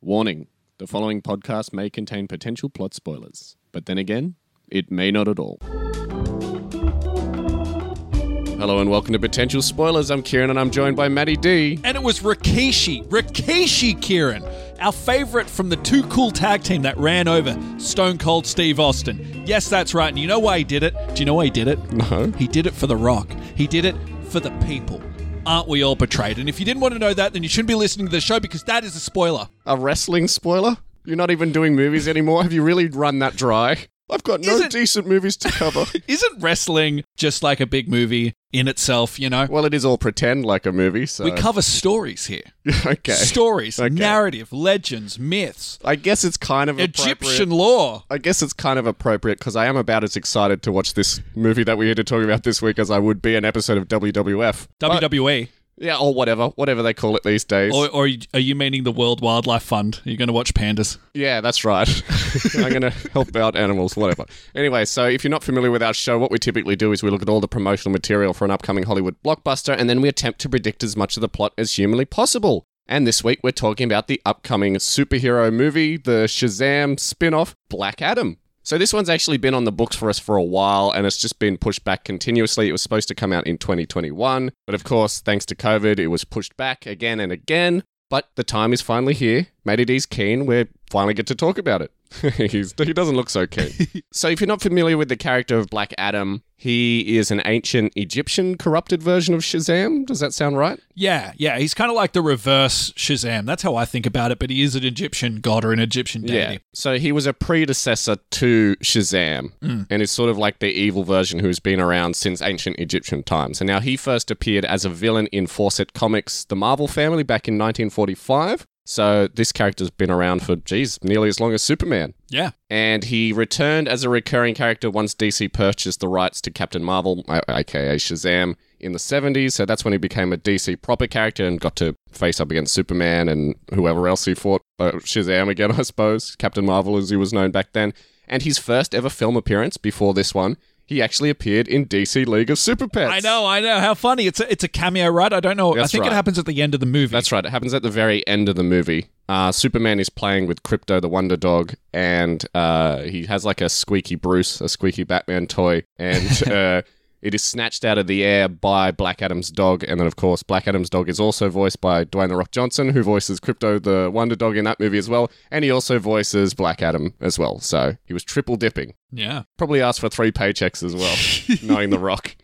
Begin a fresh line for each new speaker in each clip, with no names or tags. Warning the following podcast may contain potential plot spoilers, but then again, it may not at all. Hello and welcome to Potential Spoilers. I'm Kieran and I'm joined by Maddie D.
And it was Rikishi, Rikishi Kieran, our favorite from the Too Cool tag team that ran over Stone Cold Steve Austin. Yes, that's right. And you know why he did it? Do you know why he did it?
No.
He did it for The Rock. He did it for the people. Aren't we all betrayed? And if you didn't want to know that, then you shouldn't be listening to the show because that is a spoiler.
A wrestling spoiler? You're not even doing movies anymore? Have you really run that dry? I've got no
Is it-
decent movies to cover.
Isn't wrestling just like a big movie in itself, you know?
well, it is all pretend like a movie, so.
We cover stories here.
okay.
Stories,
Okay.
narrative, legends, myths,
I guess it's kind of appropriate.
Egyptian lore.
I guess it's kind of appropriate because I am about as excited to watch this movie that we're here to talk about this week as I would be an episode of WWF. But-
WWE.
yeah, or whatever, whatever they call it these days.
Or, or are you meaning the World Wildlife Fund? Are you going to watch pandas?
yeah, that's right. I'm going to help out animals, whatever. Anyway, so if you're not familiar with our show, what we typically do is we look at all the promotional material for an upcoming Hollywood blockbuster and then we attempt to predict as much of the plot as humanly possible. And this week we're talking about the upcoming superhero movie, the Shazam spin off, Black Adam. So this one's actually been on the books for us for a while and it's just been pushed back continuously. It was supposed to come out in 2021, but of course, thanks to COVID, it was pushed back again and again. But the time is finally here. Matty D's keen. We finally get to talk about it. He's, he doesn't look so keen. so, if you're not familiar with the character of Black Adam, he is an ancient Egyptian corrupted version of Shazam. Does that sound right?
Yeah, yeah. He's kind of like the reverse Shazam. That's how I think about it. But he is an Egyptian god or an Egyptian deity.
So he was a predecessor to Shazam and is sort of like the evil version who's been around since ancient Egyptian times. And now he first appeared as a villain in Fawcett Comics, The Marvel Family, back in 1945. So this character's been around for, geez, nearly as long as Superman.
Yeah.
And he returned as a recurring character once DC purchased the rights to Captain Marvel, a- aka Shazam, in the 70s. So that's when he became a DC proper character and got to face up against Superman and whoever else he fought. Uh, Shazam again, I suppose. Captain Marvel, as he was known back then. And his first ever film appearance before this one, he actually appeared in DC League of Super Pets.
I know, I know. How funny. It's a, it's a cameo, right? I don't know. I
That's
think
right.
it happens at the end of the movie.
That's right. It happens at the very end of the movie. Uh, Superman is playing with Crypto the Wonder Dog, and uh, he has like a squeaky Bruce, a squeaky Batman toy, and uh, it is snatched out of the air by Black Adam's dog. And then, of course, Black Adam's dog is also voiced by Dwayne the Rock Johnson, who voices Crypto the Wonder Dog in that movie as well, and he also voices Black Adam as well. So he was triple dipping.
Yeah.
Probably asked for three paychecks as well, knowing the Rock.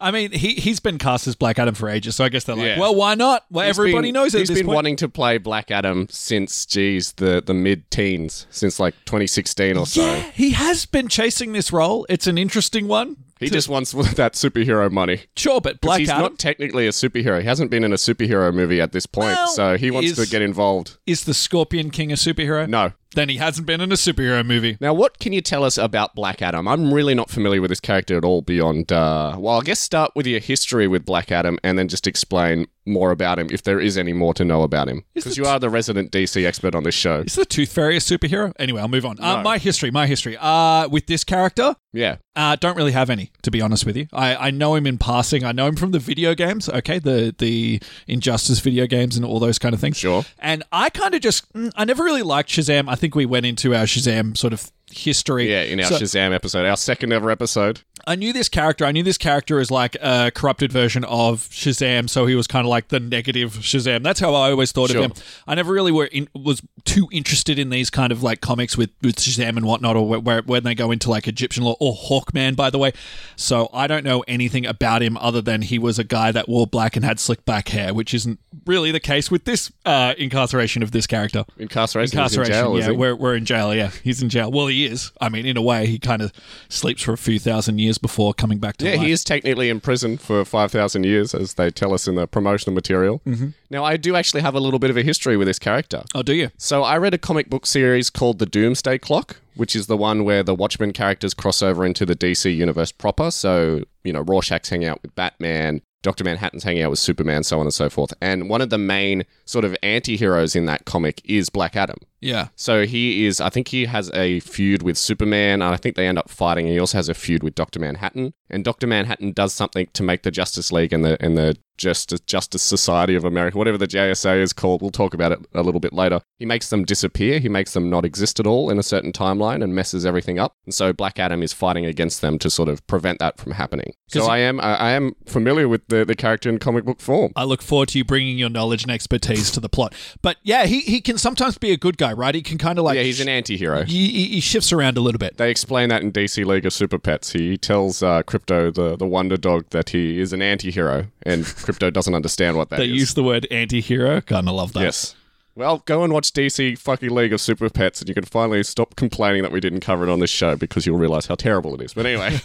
I mean, he, he's been cast as Black Adam for ages. So I guess they're like,
Yeah.
well, why not? Well,
He's
everybody
been-
knows it at
He's
this
been
point.
wanting to play Black Adam since, geez, the, the mid teens, since like 2016 or so.
yeah, he has been chasing this role. It's an interesting one.
He just wants that superhero money.
Sure, but Black
he's
Adam
not technically a superhero. He hasn't been in a superhero movie at this point,
Well,
so he wants
is-
to get involved.
is the Scorpion King a superhero?
No.
Then he hasn't been in a superhero movie.
Now, what can you tell us about Black Adam? I'm really not familiar with this character at all beyond, uh, well, I guess start with your history with Black Adam and then just explain more about him if there is any more to know about him.
Is
Because
the
you are the resident DC expert on this show.
Is the Tooth Fairy a superhero? Anyway, I'll move on. Uh,
No.
my history, my history. Uh, with this character,
Yeah.
uh, don't really have any, to be honest with you. I, I know him in passing. I know him from the video games, okay, the the Injustice video games and all those kind of things.
Sure.
And I kind of just, mm, I never really liked Shazam. I think we went into our Shazam sort of history.
Yeah, in our
So-
Shazam episode, our second ever episode.
I knew this character. I knew this character is like a corrupted version of Shazam, so he was kind of like the negative Shazam. That's how I always thought
Sure.
of him. I never really were in, was too interested in these kind of like comics with, with Shazam and whatnot, or where, where when they go into like Egyptian law or Hawkman, by the way. So I don't know anything about him other than he was a guy that wore black and had slick back hair, which isn't really the case with this uh, incarceration of this character
Incarceration. He's in
incarceration.
jail, is
yeah,
he?
we're, we're in jail. Yeah, he's in jail. Well, he is. I mean, in a way, he kind of sleeps for a few thousand years before coming back to
Yeah,
life.
he is technically in prison for 5,000 years, as they tell us in the promotional material. Mm-hmm. Now, I do actually have a little bit of a history with this character.
oh, do you?
So, I read a comic book series called The Doomsday Clock, which is the one where the Watchmen characters cross over into the DC universe proper. So, you know, Rorschach's hanging out with Batman, Dr. Manhattan's hanging out with Superman, so on and so forth. And one of the main sort of anti heroes in that comic is Black Adam.
Yeah.
So he is, I think he has a feud with Superman, and I think they end up fighting. He also has a feud with Doctor Manhattan, and Doctor Manhattan does something to make the Justice League and the and the Justice Justice Society of America, whatever the JSA is called. We'll talk about it a little bit later. He makes them disappear. He makes them not exist at all in a certain timeline and messes everything up. And so Black Adam is fighting against them to sort of prevent that from happening. So
Because-
I am I, I am familiar with the, the character in comic book form.
I look forward to you bringing your knowledge and expertise to the plot. But yeah, he, he can sometimes be a good guy, right? He can kind of like
Yeah, he's an anti-hero.
he, he- he shifts around a little bit.
They explain that in DC League of Super Pets. He tells uh, Crypto, the, the Wonder Dog, that he is an anti hero, and Crypto doesn't understand what that
They
is.
use the word anti-hero. Kind of love that.
yes. Well, go and watch DC fucking League of Super Pets, and you can finally stop complaining that we didn't cover it on this show because you'll realize how terrible it is. But anyway.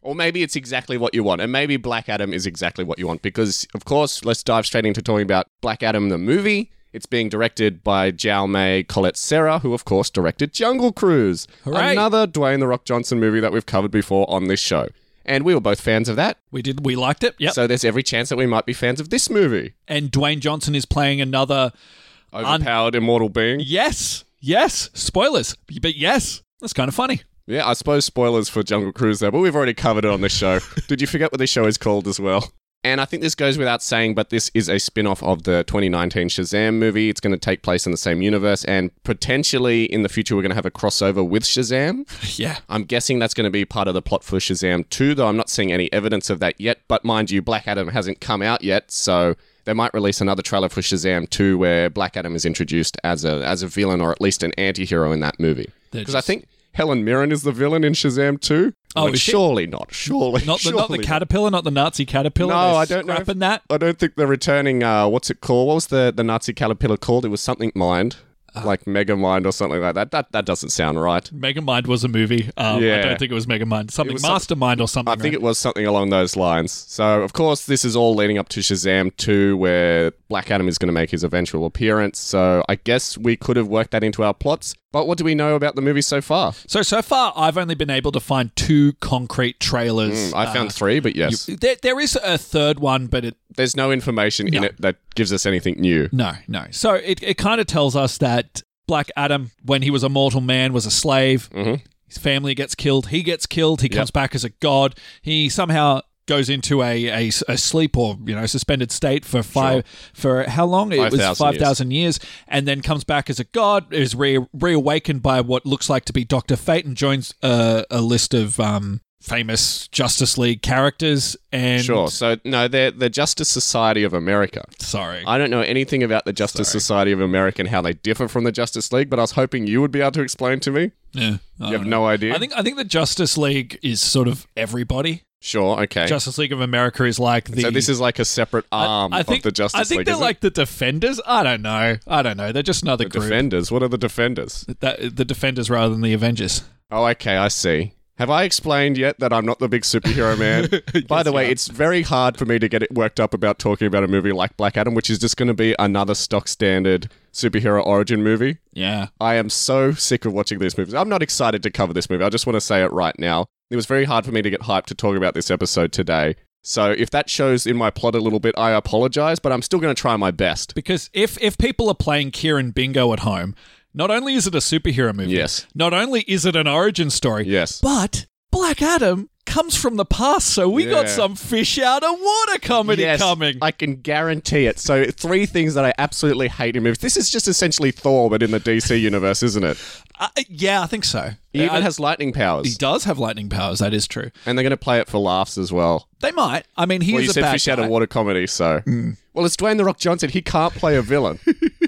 Or maybe it's exactly what you want, and maybe Black Adam is exactly what you want. Because, of course, let's dive straight into talking about Black Adam the movie. It's being directed by Jao May Colette Serra, who, of course, directed Jungle Cruise,
Hooray.
another Dwayne the Rock Johnson movie that we've covered before on this show. And we were both fans of that,
We did. We liked it. Yep.
so there's every chance that we might be fans of this movie.
and Dwayne Johnson is playing another.
Overpowered immortal being.
Yes. Yes. Spoilers. But yes, that's kind of funny.
Yeah, I suppose spoilers for Jungle Cruise there, but we've already covered it on this show. Did you forget what this show is called as well? And I think this goes without saying, but this is a spin off of the 2019 Shazam movie. It's going to take place in the same universe, and potentially in the future, we're going to have a crossover with Shazam.
Yeah.
I'm guessing that's going to be part of the plot for Shazam 2, though I'm not seeing any evidence of that yet. But mind you, Black Adam hasn't come out yet, so they might release another trailer for Shazam 2 where Black Adam is introduced as a as a villain or at least an anti-hero in that movie.
They're
Because I
just-
think Helen Mirren is the villain in Shazam 2.
Oh,
But
is she?
surely not. Surely
Not the not the
surely
caterpillar, not the Nazi caterpillar.
No,
They're
I don't know if-
Scrapping that.
I don't think they're returning. Uh, what's it called? What was the, the Nazi caterpillar called? It was something mind,
Uh.
like Mega Mind or something like that. That that doesn't sound right.
Megamind was a movie. Um, I
Yeah.
don't think it was Megamind. Something
was some-
Mastermind or something.
I think it was something along those lines. So, of course, this is all leading up to Shazam 2, where Black Adam is going to make his eventual appearance. So, I guess we could have worked that into our plots. But what do we know about the movie so far?
So so far, I've only been able to find two concrete trailers.
Mm, I found three, but yes,
there, there is a third one, but it
there's no information in it that gives us anything new.
no, no. So it, it kind of tells us that Black Adam, when he was a mortal man, was a slave.
Mhm.
His family gets killed. He gets killed. He comes back as a god. He somehow goes into a, a, a sleep or you know suspended state for five for how long it was
5,000
five thousand years. and then comes back as a god is re- reawakened by what looks like to be Doctor Fate and joins a, a list of um, famous Justice League characters and
Sure. So, no, they're the Justice Society of America.
sorry
I don't know anything about the Justice Society of America and how they differ from the Justice League, but I was hoping you would be able to explain to me.
yeah, I
You
don't
have
know.
no idea.
Uh, I think I think the Justice League is sort of everybody.
sure. Okay.
Justice League of America is like the.
so this is like a separate arm
I think
of the Justice
I think
League.
they're
is it?
like the Defenders. I don't know. I don't know. They're just another group.
Defenders. What are the defenders?
That- the Defenders rather than the Avengers.
Oh, okay, I see. Have I explained yet that I'm not the big superhero man? By the way, it's very hard for me to get it worked up about talking about a movie like Black Adam, which is just going to be another stock standard superhero origin movie.
Yeah.
I am so sick of watching these movies. I'm not excited to cover this movie. I just want to say it right now. It was very hard for me to get hyped to talk about this episode today. So if that shows in my plot a little bit, I apologize, but I'm still going to try my best.
Because if if people are playing Kieran Bingo at home, not only is it a superhero movie,
Yes.
not only is it an origin story,
Yes.
but Black Adam comes from the past, so we got
Yeah.
some fish out of water comedy
Yes,
coming.
I can guarantee it. So three things that I absolutely hate in movies. This is just essentially Thor, but in the DC universe, isn't it?
Uh, yeah, I think so.
He even
I-
has lightning
he
powers,
does have lightning powers. That is true.
and they're going to play it for laughs as well.
They might. I mean, he
Well,
is
you
a
said
bad
fish out
guy.
of water comedy, so well, it's Dwayne the Rock Johnson. He can't play a villain.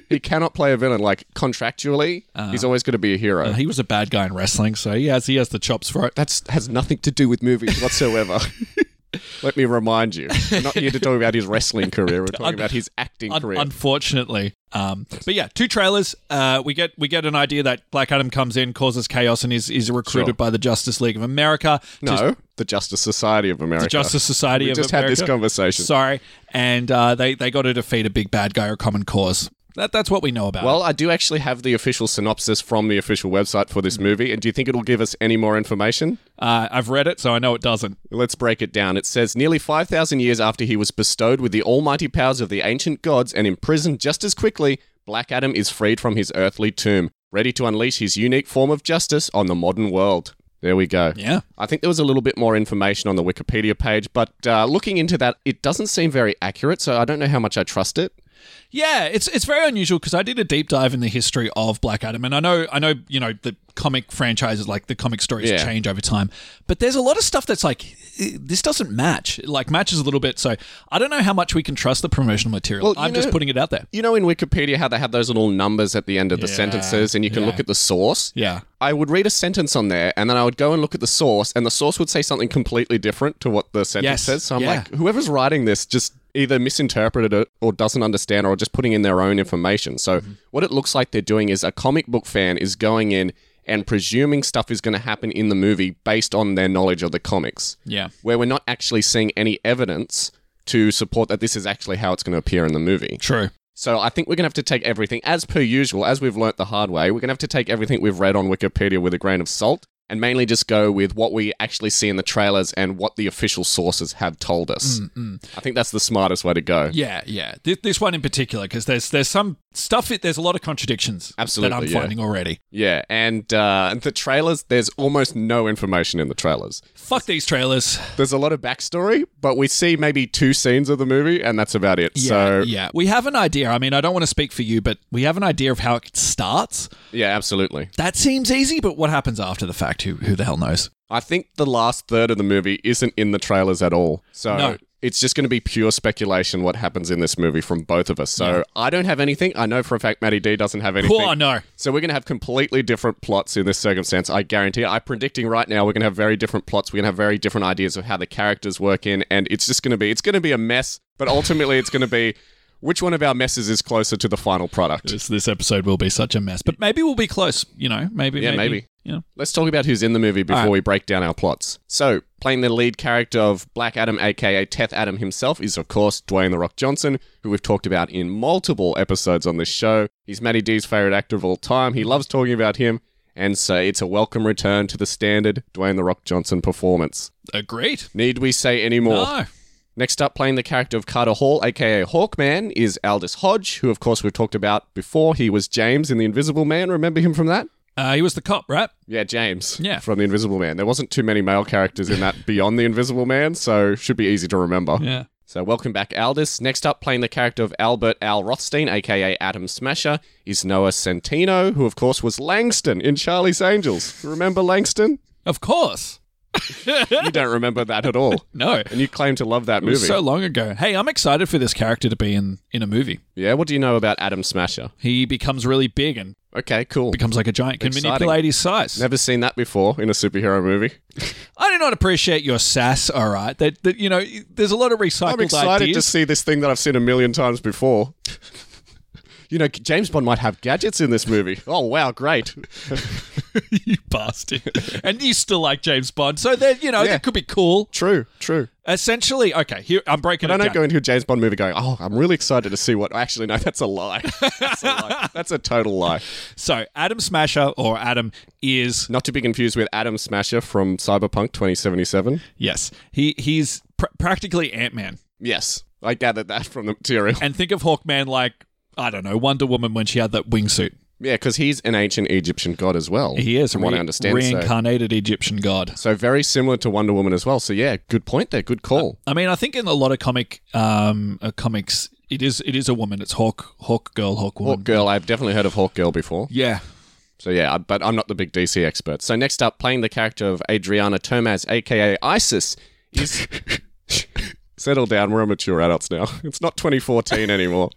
he cannot play a villain. Like contractually,
Uh-huh.
he's always going to be a hero.
Uh, He was a bad guy in wrestling, so he has he has the chops for it.
That's has nothing to do with movies whatsoever. Let me remind you, we're not here to talk about his wrestling career. We're talking about his acting
Un-
career.
unfortunately, um, but yeah, two trailers. Uh, we get we get an idea that Black Adam comes in, causes chaos, and is is recruited
Sure.
by the Justice League of America,
no, the Justice Society of America.
the Justice Society
we
of
just
America.
had this conversation.
Sorry, and uh, they they got to defeat a big bad guy or common cause. That that's what we know about. it.
Well, I do actually have the official synopsis from the official website for this movie, and do you think it'll give us any more information?
uh, I've read it, so I know it doesn't.
Let's break it down. It says nearly 5,000 years after he was bestowed with the almighty powers of the ancient gods and imprisoned just as quickly, Black Adam is freed from his earthly tomb, ready to unleash his unique form of justice on the modern world. There we go.
Yeah.
I think there was a little bit more information on the Wikipedia page, but uh, looking into that, it doesn't seem very accurate, so I don't know how much I trust it.
Yeah, it's it's very unusual because I did a deep dive in the history of Black Adam, and I know I know you know the comic franchises like the comic stories
Yeah.
change over time, but there's a lot of stuff that's like eh, this doesn't match, It, like matches a little bit. So I don't know how much we can trust the promotional material.
Well, you
I'm just
know-
putting it out there.
You know, in Wikipedia, how they have those little numbers at the end of the
Yeah.
sentences, and you can
Yeah.
look at the source?
Yeah,
I would read a sentence on there, and then I would go and look at the source, and the source would say something completely different to what the sentence
Yes.
says. So I'm
Yeah.
like, whoever's writing this just either misinterpreted it or doesn't understand or just putting in their own information. So
Mm-hmm.
what it looks like they're doing is a comic book fan is going in and presuming stuff is going to happen in the movie based on their knowledge of the comics,
yeah,
where we're not actually seeing any evidence to support that this is actually how it's going to appear in the movie.
true.
So I think we're going to have to take everything, as per usual, as we've learnt the hard way, we're going to have to take everything we've read on Wikipedia with a grain of salt and mainly just go with what we actually see in the trailers and what the official sources have told us. I think that's the smartest way to go.
Mm, Yeah, yeah. This, this one in particular because there's there's some stuff. It, there's a lot of contradictions that I'm
Absolutely, yeah.
finding already.
Yeah, and uh, the trailers, there's almost no information in the trailers.
Fuck these trailers.
There's a lot of backstory, but we see maybe two scenes of the movie, and that's about it. so,
yeah, we have an idea. I mean, I don't want to speak for you, but we have an idea of how it starts.
yeah, absolutely.
That seems easy, but what happens after the fact? Who who the hell knows?
I think the last third of the movie isn't in the trailers at all. So
No.
it's just going to be pure speculation what happens in this movie from both of us. So I don't have anything. I know for a fact Maddie D doesn't have anything.
Oh no!
So we're going to have completely different plots in this circumstance. I guarantee. I'm predicting right now we're going to have very different plots. We're going to have very different ideas of how the characters work in, and it's just going to be it's going to be a mess. But ultimately, it's going to be which one of our messes is closer to the final product.
This this episode will be such a mess, but maybe we'll be close. You know, maybe
Yeah,
maybe,
maybe.
you know.
Let's talk about who's in the movie before
Alright.
we break down our plots. So, playing the lead character of Black Adam, aka Teth Adam himself, is of course Dwayne The Rock Johnson, who we've talked about in multiple episodes on this show. He's Matty D's favorite actor of all time. He loves talking about him, and so it's a welcome return to the standard Dwayne The Rock Johnson performance.
Agreed.
Need we say any more?
No.
Next up, playing the character of Carter Hall, aka Hawkman, is Aldous Hodge, who of course we've talked about before. He was James in The Invisible Man. Remember him from that?
Uh, he was the cop, right?
Yeah, James.
Yeah.
From The Invisible Man. There wasn't too many male characters in that beyond The Invisible Man, so should be easy to remember.
Yeah.
So welcome back, Aldous. Next up, playing the character of Albert Al Rothstein, aka Adam Smasher, is Noah Centino, who of course was Langston in Charlie's Angels. Remember Langston?
Of course.
You don't remember that at all.
No.
And you claim to love that
It
movie.
was so long ago. Hey, I'm excited for this character to be in in a movie.
yeah, what do you know about Adam Smasher?
He becomes really big and
Okay, cool.
becomes like a giant. Can
Exciting.
manipulate his size.
Never seen that before in a superhero movie.
I do not appreciate your sass. All right, that, that you know, there's a lot of recycled
I'm excited
ideas.
to see this thing that I've seen a million times before. you know, James Bond might have gadgets in this movie. Oh wow, great!
you bastard. and you still like James Bond, so that you know
Yeah.
that could be cool.
True, true.
Essentially, okay. Here I'm breaking
I
it
don't
down.
go into a James Bond movie going, "Oh, I'm really excited to see what." Actually, no, that's a lie. That's a, lie. That's a total lie.
so Adam Smasher or Adam is
Not to be confused with Adam Smasher from Cyberpunk 2077.
yes, he he's pr- practically Ant Man.
Yes, I gathered that from the material.
And think of Hawkman like I don't know Wonder Woman when she had that wingsuit.
Yeah, because he's an ancient Egyptian god as well.
He is
from what I
re-
understand. So.
reincarnated Egyptian god.
so very similar to Wonder Woman as well. So yeah, good point there. Good call.
I mean, I think in a lot of comic um uh, comics, it is it is a woman. It's Hawk Hawk girl Hawk woman.
Hawk Girl. I've definitely heard of Hawk Girl before.
Yeah,
So yeah, I- but I'm not the big DC expert. So next up, playing the character of Adriana Tomaz, aka ISIS, is settle down. We're mature adults now. It's not 2014 anymore.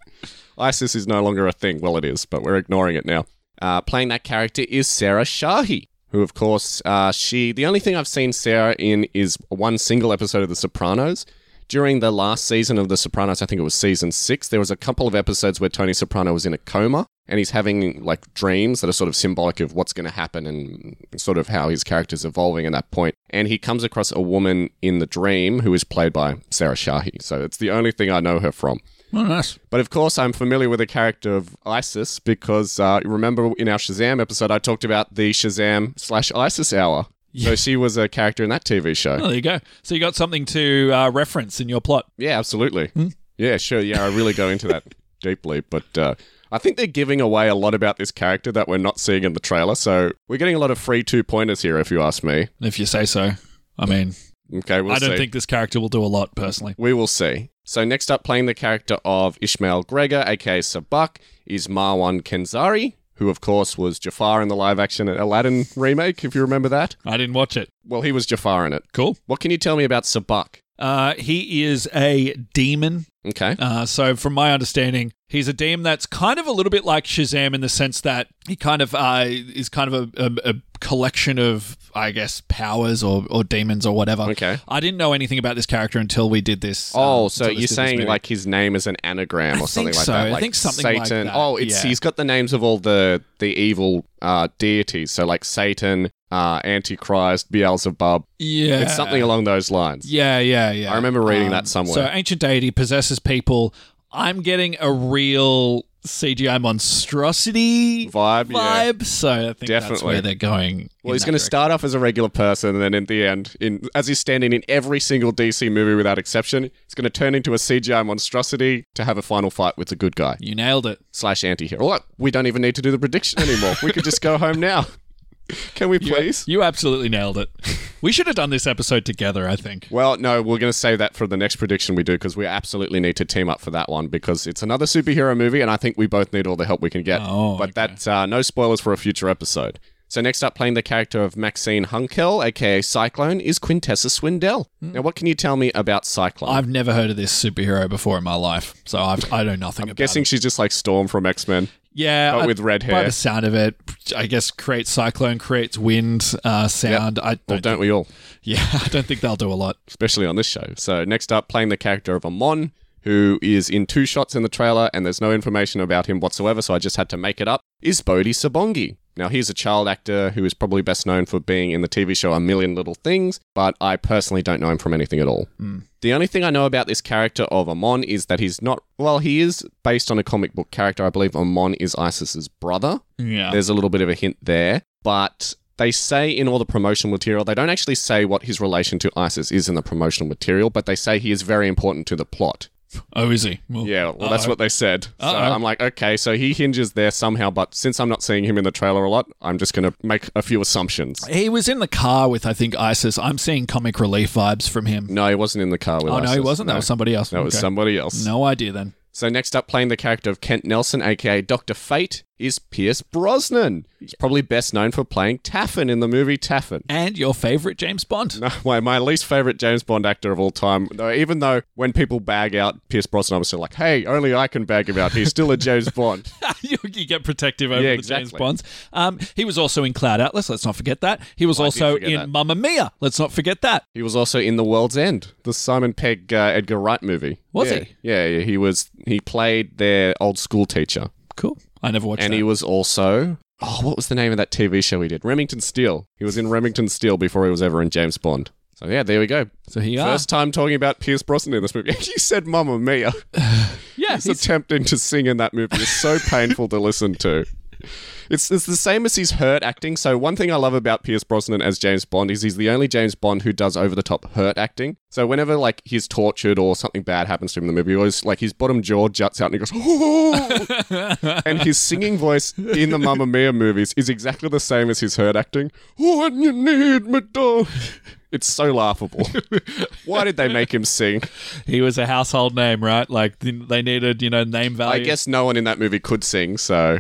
ISIS is no longer a thing. Well, it is, but we're ignoring it now. Uh, playing that character is Sarah Shahi, who, of course, uh, she. The only thing I've seen Sarah in is one single episode of The Sopranos. During the last season of The Sopranos, I think it was season six, there was a couple of episodes where Tony Soprano was in a coma and he's having like dreams that are sort of symbolic of what's going to happen and sort of how his character's evolving at that point. And he comes across a woman in the dream who is played by Sarah Shahi. So it's the only thing I know her from.
well, Oh, nice.
But of course, I'm familiar with the character of ISIS because uh, remember in our Shazam episode, I talked about the Shazam slash ISIS hour. So she was a character in that TV show.
Oh, there you go. So you got something to uh, reference in your plot. Hmm?
Yeah, absolutely. Yeah, sure. Yeah, I really go into that deeply. But uh, I think they're giving away a lot about this character that we're not seeing in the trailer. So we're getting a lot of free two pointers here, if you ask me.
if you say so. I mean,
Okay, we'll
I don't
see.
think this character will do a lot personally.
We will see. So next up, playing the character of Ishmael Gregor, aka Sabak, is Marwan Kenzari, who of course was Jafar in the live-action Aladdin remake, if you remember that.
I didn't watch it.
Well, he was Jafar in it.
Cool.
What can you tell me about Sabak?
Uh, he is a demon.
Okay.
Uh, so, from my understanding, he's a demon that's kind of a little bit like Shazam in the sense that he kind of uh, is kind of a, a, a collection of, I guess, powers or, or demons or whatever.
Okay.
I didn't know anything about this character until we did this.
Oh,
um,
so you're
until this- did this
saying
movie.
like his name is an anagram or something
think
like
so.
that?
I
Like
think something like
Satan.
that,
Oh, it's
yeah.
he's got the names of all the the evil uh, deities. So like Satan, uh, Antichrist, Beelzebub.
yeah,
It's something along those lines.
Yeah, yeah, yeah. Um,
I remember reading that
So,
somewhere.
ancient deity possesses people. I'm getting a real CGI monstrosity
Vibe. Yeah.
vibe. So, I think that's
Definitely.
where they're going.
Well, he's going to start off as a regular person, and then in the end, in as he's standing in every single DC movie without exception, he's going to turn into a CGI monstrosity to have a final fight with the good guy
You nailed it.
slash anti-hero. Well, we don't even need to do the prediction anymore. we could just go home now. Can we please?
You absolutely nailed it. we should have done this episode together, I think.
Well, no, we're going to save that for the next prediction we do because we absolutely need to team up for that one because it's another superhero movie, and I think we both need all the help we can get.
Oh,
but that's uh, no spoilers for a future episode. So next up, playing the character of Maxine Hunkel, aka Cyclone, is Quintessa Swindell. Now, what can you tell me about Cyclone? I'm
Hmm. I've never heard of this superhero before in my life, so I've, I know nothing about
guessing
it.
she's just like Storm from X Men,
Yeah,
but
I-
with red
by
hair.
the sound of it, I guess creates cyclone, creates wind uh, sound. I
Well,
don't,
don't we all?
yeah, I don't think they'll do a lot.
especially on this show. So next up, playing the character of Amon, who is in two shots in the trailer, and there's no information about him whatsoever, so I just had to make it up, is Bodhi Sabongi. Now he's a child actor who is probably best known for being in the TV show A Million Little Things, but I personally don't know him from anything at all. The only thing I know about this character of Amon is that he's not well, he is based on a comic book character. I believe Amon is Isis's brother.
Yeah.
There's a little bit of a hint there, but they say in all the promotional material, they don't actually say what his relation to ISIS is in the promotional material, but they say he is very important to the plot.
Oh, is he? Well,
Yeah, well, that's
uh-oh.
what they said. So
Uh-oh.
I'm like, okay, so he hinges there somehow, but since I'm not seeing him in the trailer a lot, I'm just going to make a few assumptions.
He was in the car with, I think, ISIS. I'm seeing comic relief vibes from him.
No, he wasn't in the car with
oh,
ISIS.
no, he wasn't.
No,
That was somebody else.
That was
Okay.
somebody else.
No idea then.
So next up, playing the character of Kent Nelson, aka Doctor Fate, is Pierce Brosnan. He's probably best known for playing Taffin in the movie Taffin.
And your favorite James Bond?
No, my, my least favorite James Bond actor of all time. Though, even though when people bag out Pierce Brosnan, I'm still like, hey, only I can bag him out. He's still a James Bond.
you, you get protective over
Yeah,
the James
exactly.
Bonds. Um, he was also in Cloud Atlas. Let's not forget that. He was also
forget
in
that.
Mamma Mia. Let's not forget that.
He was also in The World's End, the Simon Pegg uh, Edgar Wright movie.
Was
Yeah.
he?
Yeah, yeah, he was. He played their old school teacher,
Cool. I never watched
and
that.
he was also. Oh, what was the name of that TV show he did? Remington Steele. He was in Remington Steele before he was ever in James Bond. So yeah, there we go.
so he
First time talking about Pierce Brosnan in this movie. you said Mamma Mia.
asked. Yeah,
He's attempting to sing in that movie is so painful to listen to. It's, it's the same as his hurt acting. So one thing I love about Pierce Brosnan as James Bond is he's the only James Bond who does over the top hurt acting. So whenever like he's tortured or something bad happens to him in the movie, he always like his bottom jaw juts out and he goes, "Oh!" and his singing voice in the Mamma Mia movies is exactly the same as his hurt acting. What you need, my dog. It's so laughable. Why did they make him sing?
he was a household name, right? Like th- they needed, you know, name
I
value.
guess no one in that movie could sing, so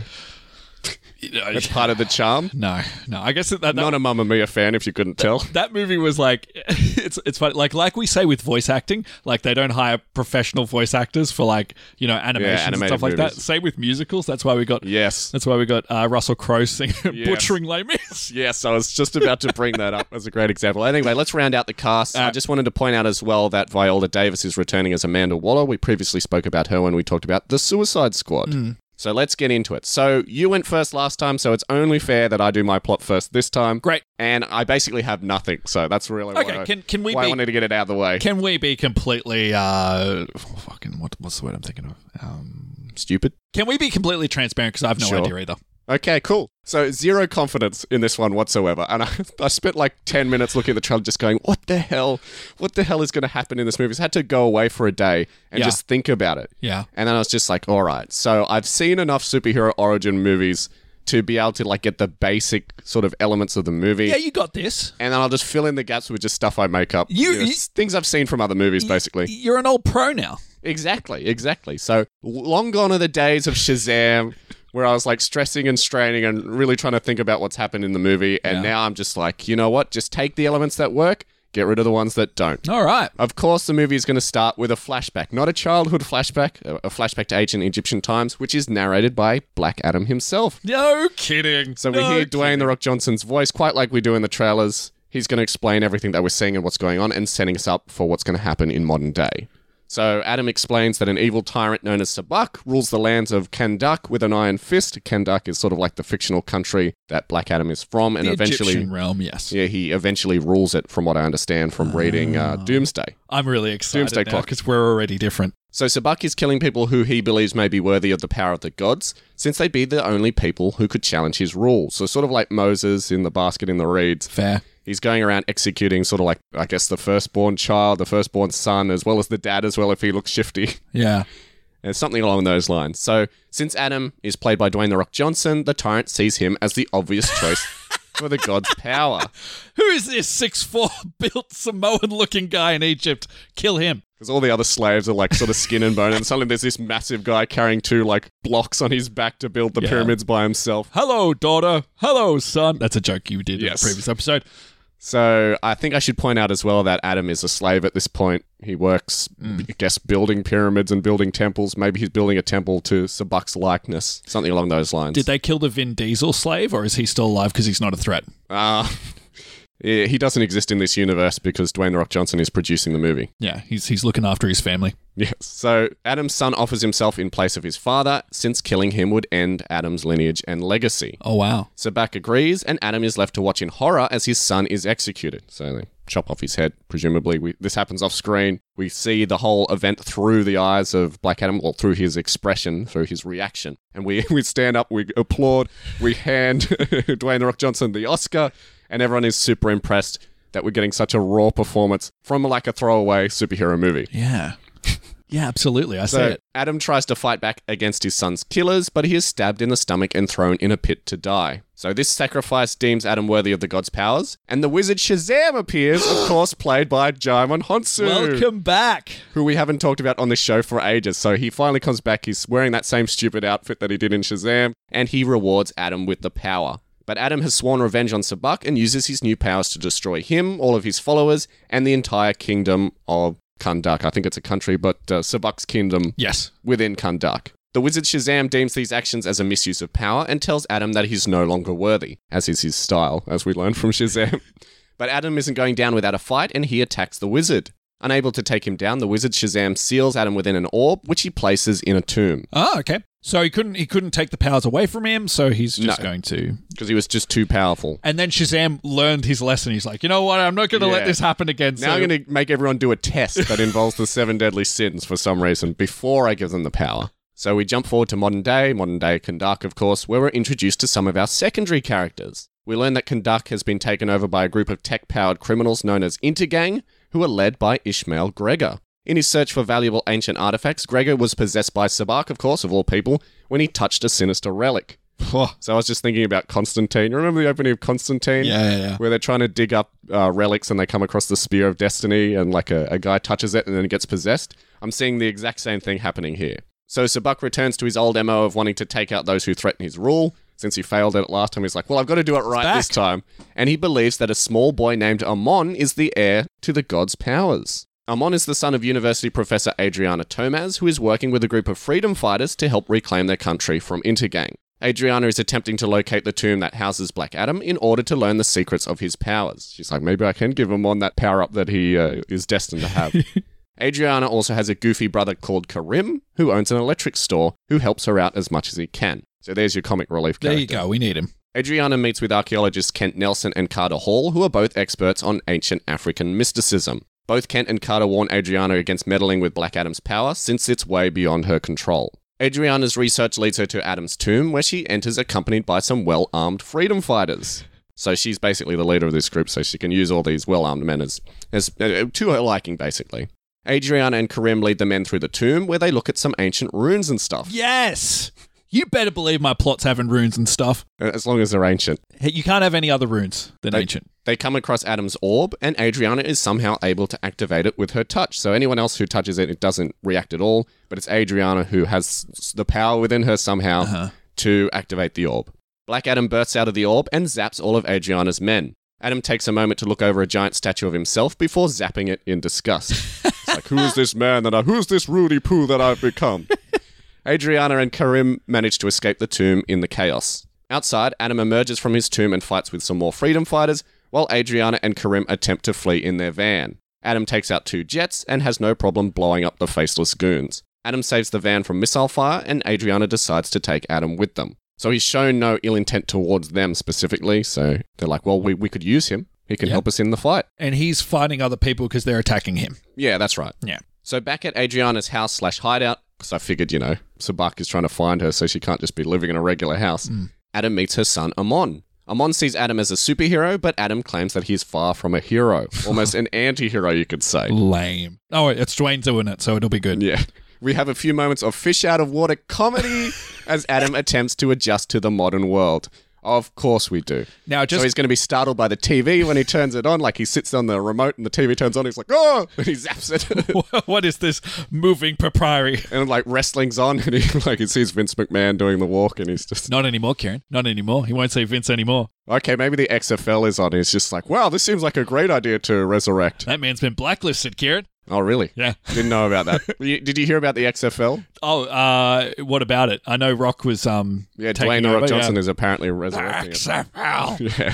You know,
That's part of the charm.
no, no. I guess that that,
Not a Mamma Mia fan, if you couldn't tell.
that movie was like it's it's funny. Like like we say with voice acting, like they don't hire professional voice actors for like you know animations and
animated
stuff like that.
movies.
Same with musicals. That's why we got
Yes.
that's why we got uh, Russell Crowe singing butchering Les Mis.
Yes, I was just about to bring that up as a great example. Anyway, let's round out the cast.
Ah.
I just wanted to point out as well that Viola Davis is returning as Amanda Waller. We previously spoke about her when we talked about The Suicide Squad.
Hmm.
So let's get into it. So you went first last time, so it's only fair that I do my plot first this time.
Great.
And I basically have nothing, so that's really
Okay,
why, I-
can- can we
why I
be-
wanted to get it out of the way.
Can we be completely uh fucking what, what's the word I'm thinking of? Um,
Stupid.
can we be completely transparent? Because I have no
Sure.
idea either.
Okay, cool. So zero confidence in this one whatsoever, and I, I spent like ten minutes looking at the trailer, just going, "What the hell? What the hell is going to happen in this movie?" So I had to go away for a day and
Yeah.
just think about it.
Yeah.
And then I was just like, "All right." So I've seen enough superhero origin movies to be able to like get the basic sort of elements of the movie,
Yeah, you got this.
and then I'll just fill in the gaps with just stuff I make up.
You- you-
s- things I've seen from other movies, basically.
You're an old pro now.
Exactly, exactly. So long gone are the days of Shazam where I was like stressing and straining and really trying to think about what's happened in the movie. And
Yeah.
now I'm just like, you know what? Just take the elements that work, get rid of the ones that don't.
All right.
Of course, the movie is going to start with a flashback, not a childhood flashback, a a flashback to ancient Egyptian times, which is narrated by Black Adam himself.
No kidding.
So we
No
hear Dwayne The Rock Johnson's voice, quite like we do in the trailers. He's going to explain everything that we're seeing and what's going on and setting us up for what's going to happen in modern day. So Adam explains that an evil tyrant known as Sabak rules the lands of Kandak with an iron fist. Kandak is sort of like the fictional country that Black Adam is from, and
The
eventually,
Egyptian realm, yes.
yeah, he eventually rules it, from what I understand from reading uh,
Ah.
Doomsday.
I'm really excited
Doomsday clock.
because we're already different.
So Sabak is killing people who he believes may be worthy of the power of the gods, since they'd be the only people who could challenge his rule. So sort of like Moses in the basket in the reeds.
Fair.
He's going around executing sort of like I guess the firstborn child, the firstborn son, as well as the dad as well if he looks shifty.
Yeah.
And something along those lines. So since Adam is played by Dwayne the Rock Johnson, the tyrant sees him as the obvious choice for the god's power.
Who is this six four built Samoan looking guy in Egypt? Kill him.
Because all the other slaves are like sort of skin and bone, and suddenly there's this massive guy carrying two like blocks on his back to build the
Yeah.
pyramids by himself.
Hello, daughter. Hello, son. That's a joke you did
Yes.
in the previous episode.
So I think I should point out as well that Adam is a slave at this point. He works, I guess, building pyramids and building temples. Maybe he's building a temple to Sabak's likeness, something along those lines.
Did they kill the Vin Diesel slave, or is he still alive because he's not a threat?
Uh, yeah, he doesn't exist in this universe because Dwayne The Rock Johnson is producing the movie.
Yeah, he's he's looking after his family.
Yes. So Adam's son offers himself in place of his father, since killing him would end Adam's lineage and legacy.
Oh wow.
Sabak agrees, and Adam is left to watch in horror as his son is executed. So they chop off his head, presumably. We, this happens off screen. We see the whole event through the eyes of Black Adam, well, through his expression, through his reaction. And we, we stand up, we applaud, we hand Dwayne The Rock Johnson the Oscar, and everyone is super impressed that we're getting such a raw performance from like a throwaway superhero movie.
Yeah. Yeah, absolutely. I
So
said it.
Adam tries to fight back against his son's killers, but he is stabbed in the stomach and thrown in a pit to die. So this sacrifice deems Adam worthy of the god's powers, and the wizard Shazam appears, of course, played by Jaimon Honsu,
Welcome back.
who we haven't talked about on this show for ages. So he finally comes back. He's wearing that same stupid outfit that he did in Shazam, and he rewards Adam with the power. But Adam has sworn revenge on Sabak and uses his new powers to destroy him, all of his followers, and the entire kingdom of Kandak. I think it's a country, but uh, Sabak's kingdom
Yes.
within Kandak. The wizard Shazam deems these actions as a misuse of power and tells Adam that he's no longer worthy, as is his style, as we learn from Shazam. but Adam isn't going down without a fight and he attacks the wizard. Unable to take him down, the wizard Shazam seals Adam within an orb, which he places in a tomb,
Ah, okay. So he couldn't he couldn't take the powers away from him, so he's just
No.
going to
because he was just too powerful.
And then Shazam learned his lesson. He's like, you know what? I'm not going to
Yeah.
let this happen again.
Now
so
I'm going to make everyone do a test that involves the seven deadly sins for some reason before I give them the power. So we jump forward to modern day, modern day Kandak, of course, where we're introduced to some of our secondary characters. We learn that Kandak has been taken over by a group of tech powered criminals known as Intergang, who are led by Ishmael Gregor. In his search for valuable ancient artifacts, Gregor was possessed by Sabak, of course, of all people, when he touched a sinister relic. So I was just thinking about Constantine. You remember the opening of Constantine?
Yeah, yeah, yeah.
where they're trying to dig up uh, relics and they come across the spear of destiny and like a, a guy touches it and then it gets possessed i'm seeing the exact same thing happening here so sabuk returns to his old mo of wanting to take out those who threaten his rule since he failed at it last time he's like well i've got to do it right this
back.
time and he believes that a small boy named amon is the heir to the god's powers Amon is the son of university professor Adriana Tomaz, who is working with a group of freedom fighters to help reclaim their country from Intergang. Adriana is attempting to locate the tomb that houses Black Adam in order to learn the secrets of his powers. She's like, maybe I can give him on that power up that he uh, is destined to have. Adriana also has a goofy brother called Karim, who owns an electric store, who helps her out as much as he can. So there's your comic relief
There
character.
you go. We need him.
Adriana meets with archaeologists Kent Nelson and Carter Hall, who are both experts on ancient African mysticism. Both Kent and Carter warn Adriana against meddling with Black Adam's power, since it's way beyond her control. Adriana's research leads her to Adam's tomb, where she enters accompanied by some well armed freedom fighters. So she's basically the leader of this group, so she can use all these well armed men as, as uh, to her liking, basically. Adriana and Karim lead the men through the tomb, where they look at some ancient runes and stuff.
Yes! You better believe my plot's having runes and stuff.
Uh, As long as they're ancient.
Hey, You can't have any other runes than
They-
ancient.
They come across Adam's orb, and Adriana is somehow able to activate it with her touch. So anyone else who touches it, it doesn't react at all. But it's Adriana who has s- the power within her somehow to activate the orb. Black Adam bursts out of the orb and zaps all of Adriana's men. Adam takes a moment to look over a giant statue of himself before zapping it in disgust. it's like, who is this man that I, who's this Rudy Poo that I've become? Adriana and Karim manage to escape the tomb in the chaos. Outside, Adam emerges from his tomb and fights with some more freedom fighters, while Adriana and Karim attempt to flee in their van. Adam takes out two jets and has no problem blowing up the faceless goons. Adam saves the van from missile fire, and Adriana decides to take Adam with them. So he's shown no ill intent towards them specifically, so they're like, well, we, we could use him. He can
Yeah.
help us in the fight.
And he's fighting other people because they're attacking him.
Yeah, that's right.
Yeah.
So back at Adriana's house slash hideout, because I figured, you know, Sabak is trying to find her, so she can't just be living in a regular house. Adam meets her son Amon. Amon sees Adam as a superhero, but Adam claims that he's far from a hero, almost an anti-hero, you could say.
Lame. Oh, it's Dwayne doing it, so it'll be good.
Yeah. We have a few moments of fish out of water comedy as Adam attempts to adjust to the modern world. Of course we do.
Now, just
so he's going to be startled by the TV when he turns it on. Like he sits on the remote and the TV turns on. He's like, oh, and he zaps it.
what is this moving papyri?
and like wrestling's on, and he like he sees Vince McMahon doing the walk, and he's just
Not anymore, Karen. Not anymore. He won't say Vince anymore.
okay. Maybe the XFL is on. He's just like, wow, this seems like a great idea to resurrect.
That man's been blacklisted, Karen.
Oh, really?
Yeah.
Didn't know about that. You- Did you hear about the XFL?
Oh, uh, what about it? I know Rock was um
Yeah,
taking
Dwayne The Rock
over,
Johnson
yeah.
is apparently resurrecting it.
XFL.
Yeah.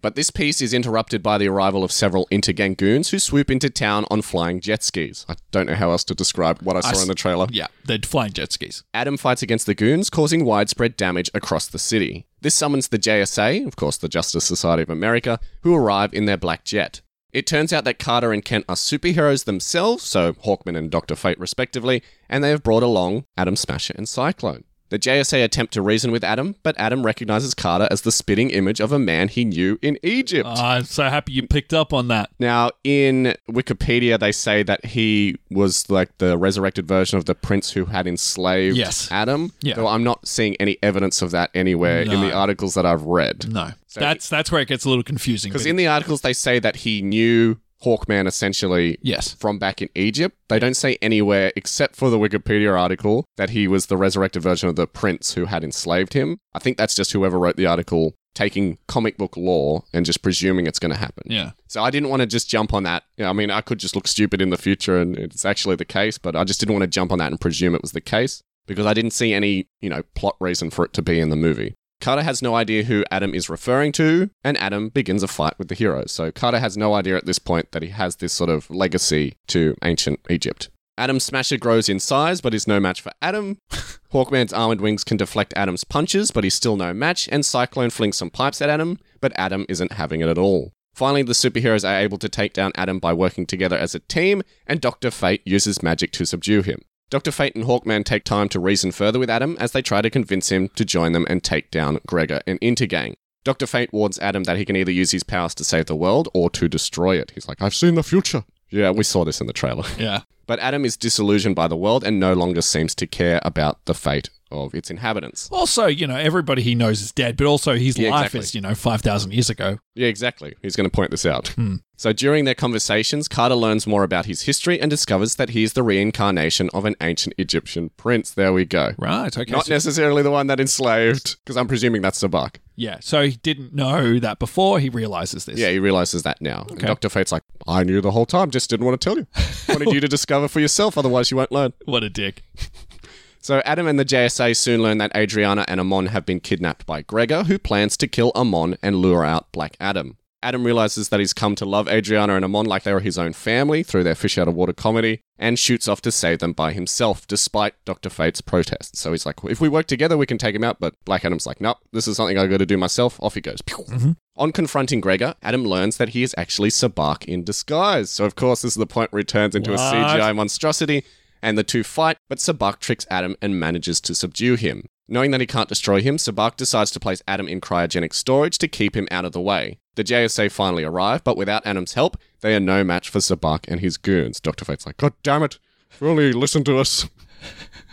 But this piece is interrupted by the arrival of several intergang goons who swoop into town on flying jet skis. I don't know how else to describe what I saw
s-
in the trailer.
Yeah, they're flying jet skis.
Adam fights against the goons, causing widespread damage across the city. This summons the JSA, of course, the Justice Society of America, who arrive in their black jet. It turns out that Carter and Kent are superheroes themselves, so Hawkman and Dr. Fate respectively, and they have brought along Adam Smasher and Cyclone. The JSA attempt to reason with Adam, but Adam recognizes Carter as the spitting image of a man he knew in Egypt.
Oh, I'm so happy you picked up on that.
Now, in Wikipedia, they say that he was like the resurrected version of the prince who had enslaved
Yes.
Adam.
Yeah.
Though I'm not seeing any evidence of that anywhere in
No.
the articles that I've read.
No, that's that's where it gets a little confusing.
Because
but-
in the articles, they say that he knew Hawkman essentially
yes,
from back in Egypt. They don't say anywhere, except for the Wikipedia article, that he was the resurrected version of the prince who had enslaved him. I think that's just whoever wrote the article taking comic book lore and just presuming it's going to happen.
yeah,
So I didn't want to just jump on that. Yeah, I mean, I could just look stupid in the future and it's actually the case, but I just didn't want to jump on that and presume it was the case because I didn't see any, you know, plot reason for it to be in the movie. Carter has no idea who Adam is referring to, and Adam begins a fight with the heroes. So Carter has no idea at this point that he has this sort of legacy to ancient Egypt. Adam Smasher grows in size, but is no match for Adam. Hawkman's armored wings can deflect Adam's punches, but he's still no match, and Cyclone flings some pipes at Adam, but Adam isn't having it at all. Finally, the superheroes are able to take down Adam by working together as a team, and Dr. Fate uses magic to subdue him. Dr. Fate and Hawkman take time to reason further with Adam as they try to convince him to join them and take down Gregor and Intergang. Dr. Fate warns Adam that he can either use his powers to save the world or to destroy it. He's like, I've seen the future. Yeah, we saw this in the trailer.
yeah.
But Adam is disillusioned by the world and no longer seems to care about the fate of its inhabitants.
Also, you know, everybody he knows is dead, but also his
Yeah,
life
exactly.
is you know five thousand years ago.
Yeah, exactly. He's going to point this out.
Hmm.
So during their conversations, Carter learns more about his history and discovers that he is the reincarnation of an ancient Egyptian prince. There we go.
Right. Okay.
Not
so-
necessarily the one that enslaved, because I'm presuming that's Sabak.
yeah. So he didn't know that before. He realizes this.
Yeah, he realizes that now. And
Okay.
Dr. Fate's like, I knew the whole time, just didn't want to tell you. Wanted you to discover for yourself, otherwise you won't learn.
What a dick.
So Adam and the JSA soon learn that Adriana and Amon have been kidnapped by Gregor, who plans to kill Amon and lure out Black Adam. Adam realizes that he's come to love Adriana and Amon like they were his own family through their fish out of water comedy and shoots off to save them by himself despite Dr. Fate's protests. So he's like, if we work together, we can take him out. But Black Adam's like, nope, this is something I got to do myself. Off he goes. Pew. On confronting Gregor, Adam learns that he is actually Sabak in disguise. So, of course, this is the point where he turns into a
What?
CGI monstrosity and the two fight, but Sabak tricks Adam and manages to subdue him. Knowing that he can't destroy him, Sabak decides to place Adam in cryogenic storage to keep him out of the way. The JSA finally arrive, but without Adam's help, they are no match for Sabak and his goons. Dr. Fate's like, God damn it, if only listen to us.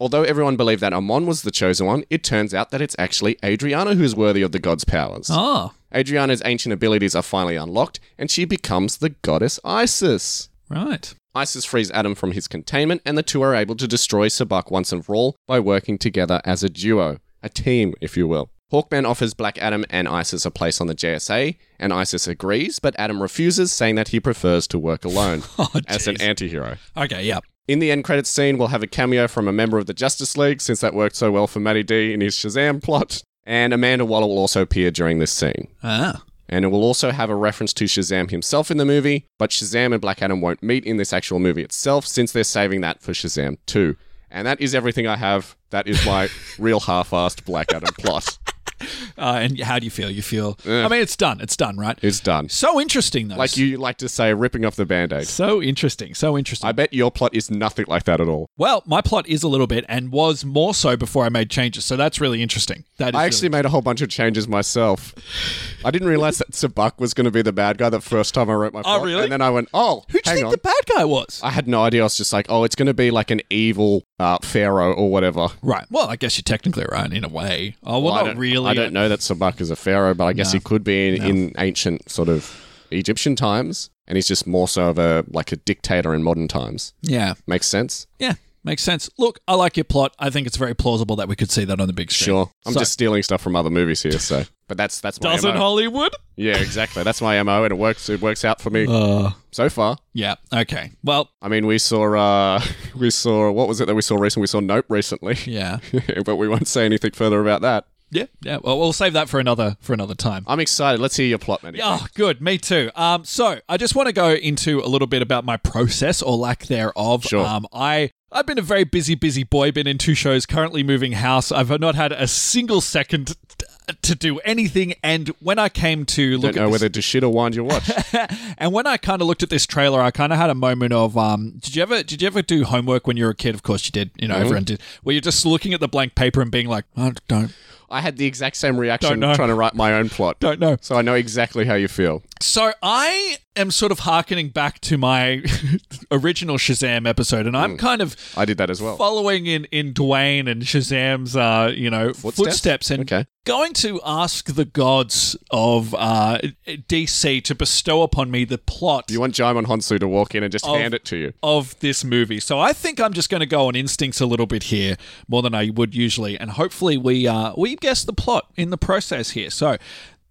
Although everyone believed that Amon was the chosen one, it turns out that it's actually Adriana who's worthy of the god's powers.
Ah,
Adriana's ancient abilities are finally unlocked, and she becomes the goddess Isis.
right.
Isis frees Adam from his containment, and the two are able to destroy Sabak once and for all by working together as a duo, a team, if you will. Hawkman offers Black Adam and Isis a place on the JSA, and Isis agrees, but Adam refuses, saying that he prefers to work alone
Oh,
as an
jeez.
anti hero.
okay, yeah.
In the end credits scene, we'll have a cameo from a member of the Justice League, since that worked so well for Matty D in his Shazam plot. And Amanda Waller will also appear during this scene.
Ah,
And it will also have a reference to Shazam himself in the movie, but Shazam and Black Adam won't meet in this actual movie itself, since they're saving that for Shazam 2. And that is everything I have. That is my real half assed Black Adam plot.
uh, and how do you feel? You feel? I mean, it's done. It's done, right?
It's done.
So interesting, though.
Like you like to say, ripping off the band aid.
So interesting. So interesting.
I bet your plot is nothing like that at all.
Well, my plot is a little bit and was more so before I made changes. So that's really interesting. That is
I actually
really-
made a whole bunch of changes myself. I didn't realize that Sabak was going to be the bad guy the first time I wrote my plot.
really?
And then I went, oh,
Who do you
hang
think
on.
the bad guy was?
I had no idea. I was just like, oh, it's going to be like an evil uh, pharaoh or whatever.
right. Well, I guess you're technically right in a way. Oh, well,
I
not
don't,
really.
I don't know that Sabak is a pharaoh, but I guess
No.
he could be in, in ancient sort of Egyptian times, and he's just more so of a like a dictator in modern times.
Yeah.
Makes sense.
Yeah. Makes sense. Look, I like your plot. I think it's very plausible that we could see that on the big screen.
Sure. I'm
So-
just stealing stuff from other movies here, so. But that's that's my
Doesn't
MO.
Hollywood?
yeah, exactly. That's my mo, and it works. It works out for me
Uh,
so far.
yeah. Okay. Well,
I mean, we saw uh, we saw what was it that we saw recently? We saw Nope recently,
yeah.
but we won't say anything further about that.
Yeah. Yeah. Well, we'll save that for another for another time.
I'm excited. Let's hear your plot, Matty.
Oh, good. Me too. Um, so I just want to go into a little bit about my process or lack thereof.
Sure.
Um, I I've been a very busy, busy boy. Been in two shows. Currently moving house. I've not had a single second t- to do anything. And when I came to
Don't
look
know
at this,
whether to shit or wind your watch.
and when I kind of looked at this trailer, I kind of had a moment of um, did you ever did you ever do homework when you were a kid? Of course you did. You know, everyone did. Where you're just looking at the blank paper and being like, I don't
I had the exact same reaction
Don't know.
trying to write my own plot,
don't know.
so I know exactly how you feel.
So I am sort of hearkening back to my original Shazam episode, and I'm kind of
I did that as well.
following in in Dwayne and Shazam's uh, you know footsteps, and
Okay.
going to ask the gods of uh, DC to bestow upon me the plot
You want Jaimon Honsu to walk in and just hand it to you.
of this movie. So I think I'm just going to go on instincts a little bit here, more than I would usually, and hopefully we uh, we guess the plot in the process here. So.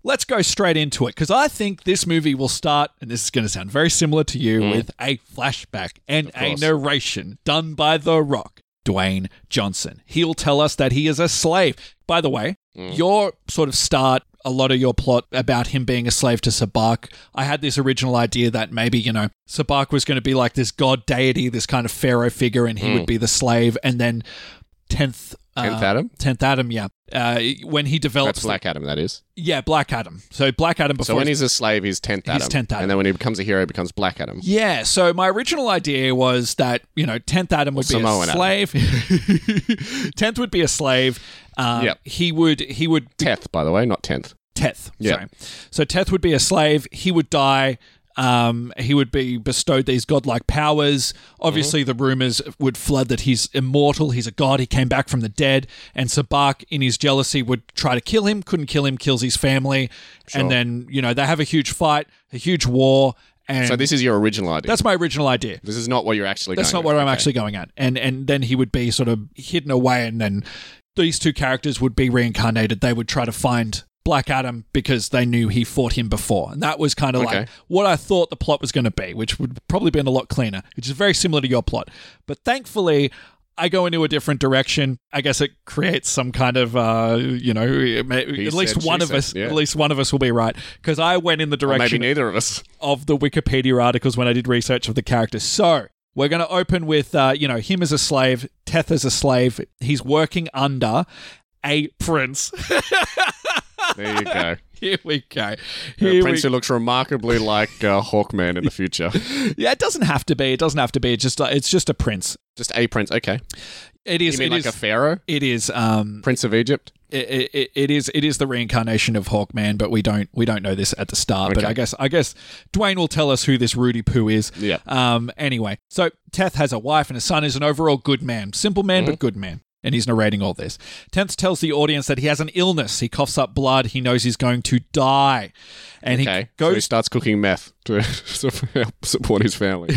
Let's go straight into it because I think this movie will start, and this is going to sound very similar to you, with a flashback and a
Mm. course.
narration done by The Rock, Dwayne Johnson. He'll tell us that he is a slave. By the way,
Mm.
your sort of start, a lot of your plot about him being a slave to Sabak, I had this original idea that maybe, you know, Sabak was going to be like this god deity, this kind of pharaoh figure, and he would be the slave. And then 10th. uh,
Mm. Tenth Adam?
10th Adam, yeah. Uh, when he develops.
That's Black Adam, that is.
yeah, Black Adam. So Black Adam before.
So when he's a slave, he's tenth
He's
Adam.
10th Adam.
and then when he becomes a hero, he becomes Black Adam.
Yeah, so my original idea was that, you know, 10th Adam would be
Samoan
a
Adam.
slave. 10th would be a slave. Um,
Yep.
He would, he would,
Teth, by the way, not tenth.
Teth,
Yeah.
sorry. So Teth would be a slave. He would die. Um, he would be bestowed these godlike powers. Obviously,
Mm-hmm.
the rumors would flood that he's immortal. He's a god. He came back from the dead. And Sabak, in his jealousy, would try to kill him. Couldn't kill him. Kills his family. And then, you know, they have a huge fight, a huge war. And
So this is your original idea.
that's my original idea.
this is not what you're actually.
That's
going
not what
with.
I'm
Okay.
actually going at. And and then he would be sort of hidden away, and then these two characters would be reincarnated. They would try to find Black Adam because they knew he fought him before, and that was kind of like
Okay.
what I thought the plot was going to be, which would probably been a lot cleaner, which is very similar to your plot. But thankfully. I go into a different direction. I guess it creates some kind of, uh, you know, it may- at least
said, she
one of
said,
us,
yeah.
at least one of us will be right because I went in the
Or
direction
Maybe neither of us.
of the Wikipedia articles when I did research of the character. So we're going to open with uh, you know him as a slave, Teth as a slave. He's working under a prince.
There you go.
Here we go.
A
Here we
prince who looks remarkably like uh, Hawkman in the future.
Yeah, it doesn't have to be. It doesn't have to be. It's just uh, it's just a prince.
Just a prince. Okay.
It is.
You mean
it
like
is-
a pharaoh?
it is. Um.
Prince of Egypt?
It, it, it is. It is the reincarnation of Hawkman, but we don't. We don't know this at the start. But
Okay.
I guess. I guess Dwayne will tell us who this Rudy Poo is.
Yeah.
Um. Anyway, so Teth has a wife and a son. Is an overall good man, simple man,
Mm-hmm.
but good man. And he's narrating all this. Tenth tells the audience that he has an illness. He coughs up blood. He knows he's going to die, and he
Okay. so he
goes.
starts cooking meth to to help support his family.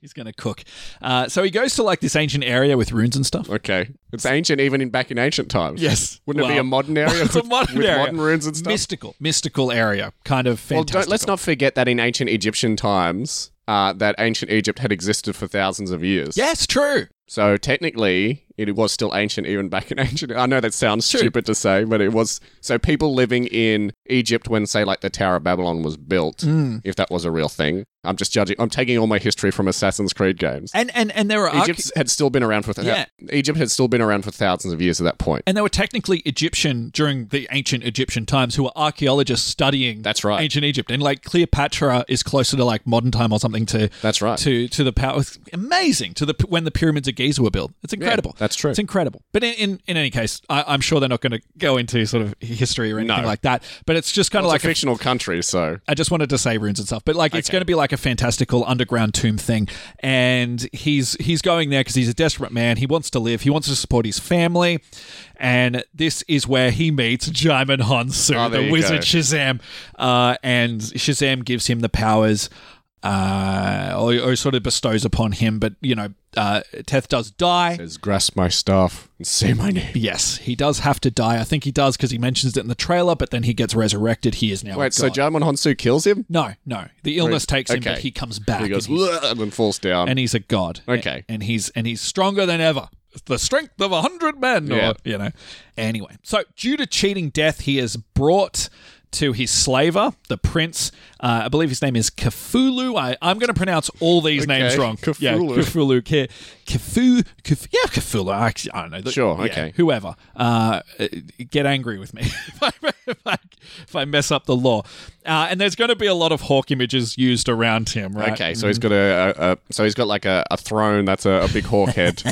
He's going to cook. Uh, so he goes to like this ancient area with runes and stuff.
Okay. It's ancient even in back in ancient times.
Yes.
Wouldn't it be
Well,
a modern area
it's a
with,
modern
with
area.
modern runes and stuff?
Mystical, mystical area, kind of
well,
fantastic.
don't, let's not forget that in ancient Egyptian times, uh, that ancient Egypt had existed for thousands of years.
Yes, true.
So technically, it was still ancient even back in ancient. I know that sounds stupid to say, but it was. So people living in Egypt when, say, like the Tower of Babylon was built,
Hmm.
if that was a real thing. I'm just judging. I'm taking all my history from Assassin's Creed games.
And and and there are arch-
Egypt had still been around for thou-
Yeah.
Egypt had still been around for thousands of years at that point.
and there were technically Egyptian during the ancient Egyptian times who were archaeologists studying
That's right.
ancient Egypt. And like Cleopatra is closer to like modern time or something to
That's right.
to to the power. it's Amazing to the when the pyramids of Giza were built. It's incredible.
that's true.
It's incredible. But in in, in any case, I, I'm sure they're not going to go into sort of history or anything
No.
like that. But it's just kind of like
it's a fictional country, so
I just wanted to say runes and stuff, but like it's going to be like a fantastical underground tomb thing, and he's he's going there because he's a desperate man. He wants to live. He wants to support his family, and this is where he meets Jaimon Hansu,
Oh, there
the
you
wizard
go.
Shazam, uh, and Shazam gives him the powers, uh, or, or sort of bestows upon him. But you know, uh, Teth does die.
says grasp my staff and say my name.
Yes, he does have to die. I think he does because he mentions it in the trailer, but then he gets resurrected. He is now. a
Wait, so
god.
Jarmon Honsu kills him?
No, no. The illness takes him, but
okay.
he comes back.
He goes
and, he's,
"Bleh," and then falls down.
and he's a god.
Um, Okay.
And, and he's and he's stronger than ever. The strength of a hundred men,
Yeah.
or you know. Anyway, so due to cheating death, he is brought to his slaver, the prince. Uh, I believe his name is Cthulhu. I, I'm going to pronounce all these names wrong. Yeah,
Cthulhu.
Cthulhu. K- Cthulhu. Cth- yeah, Cthulhu. I, actually- I don't know. The-
Sure,
yeah,
okay.
Whoever. Uh, uh, get angry with me if, I, if, I, if I mess up the law. Uh, and there's going to be a lot of hawk images used around him, right?
Okay, so he's got a, a, a so he's got like a, a throne that's a, a big hawk head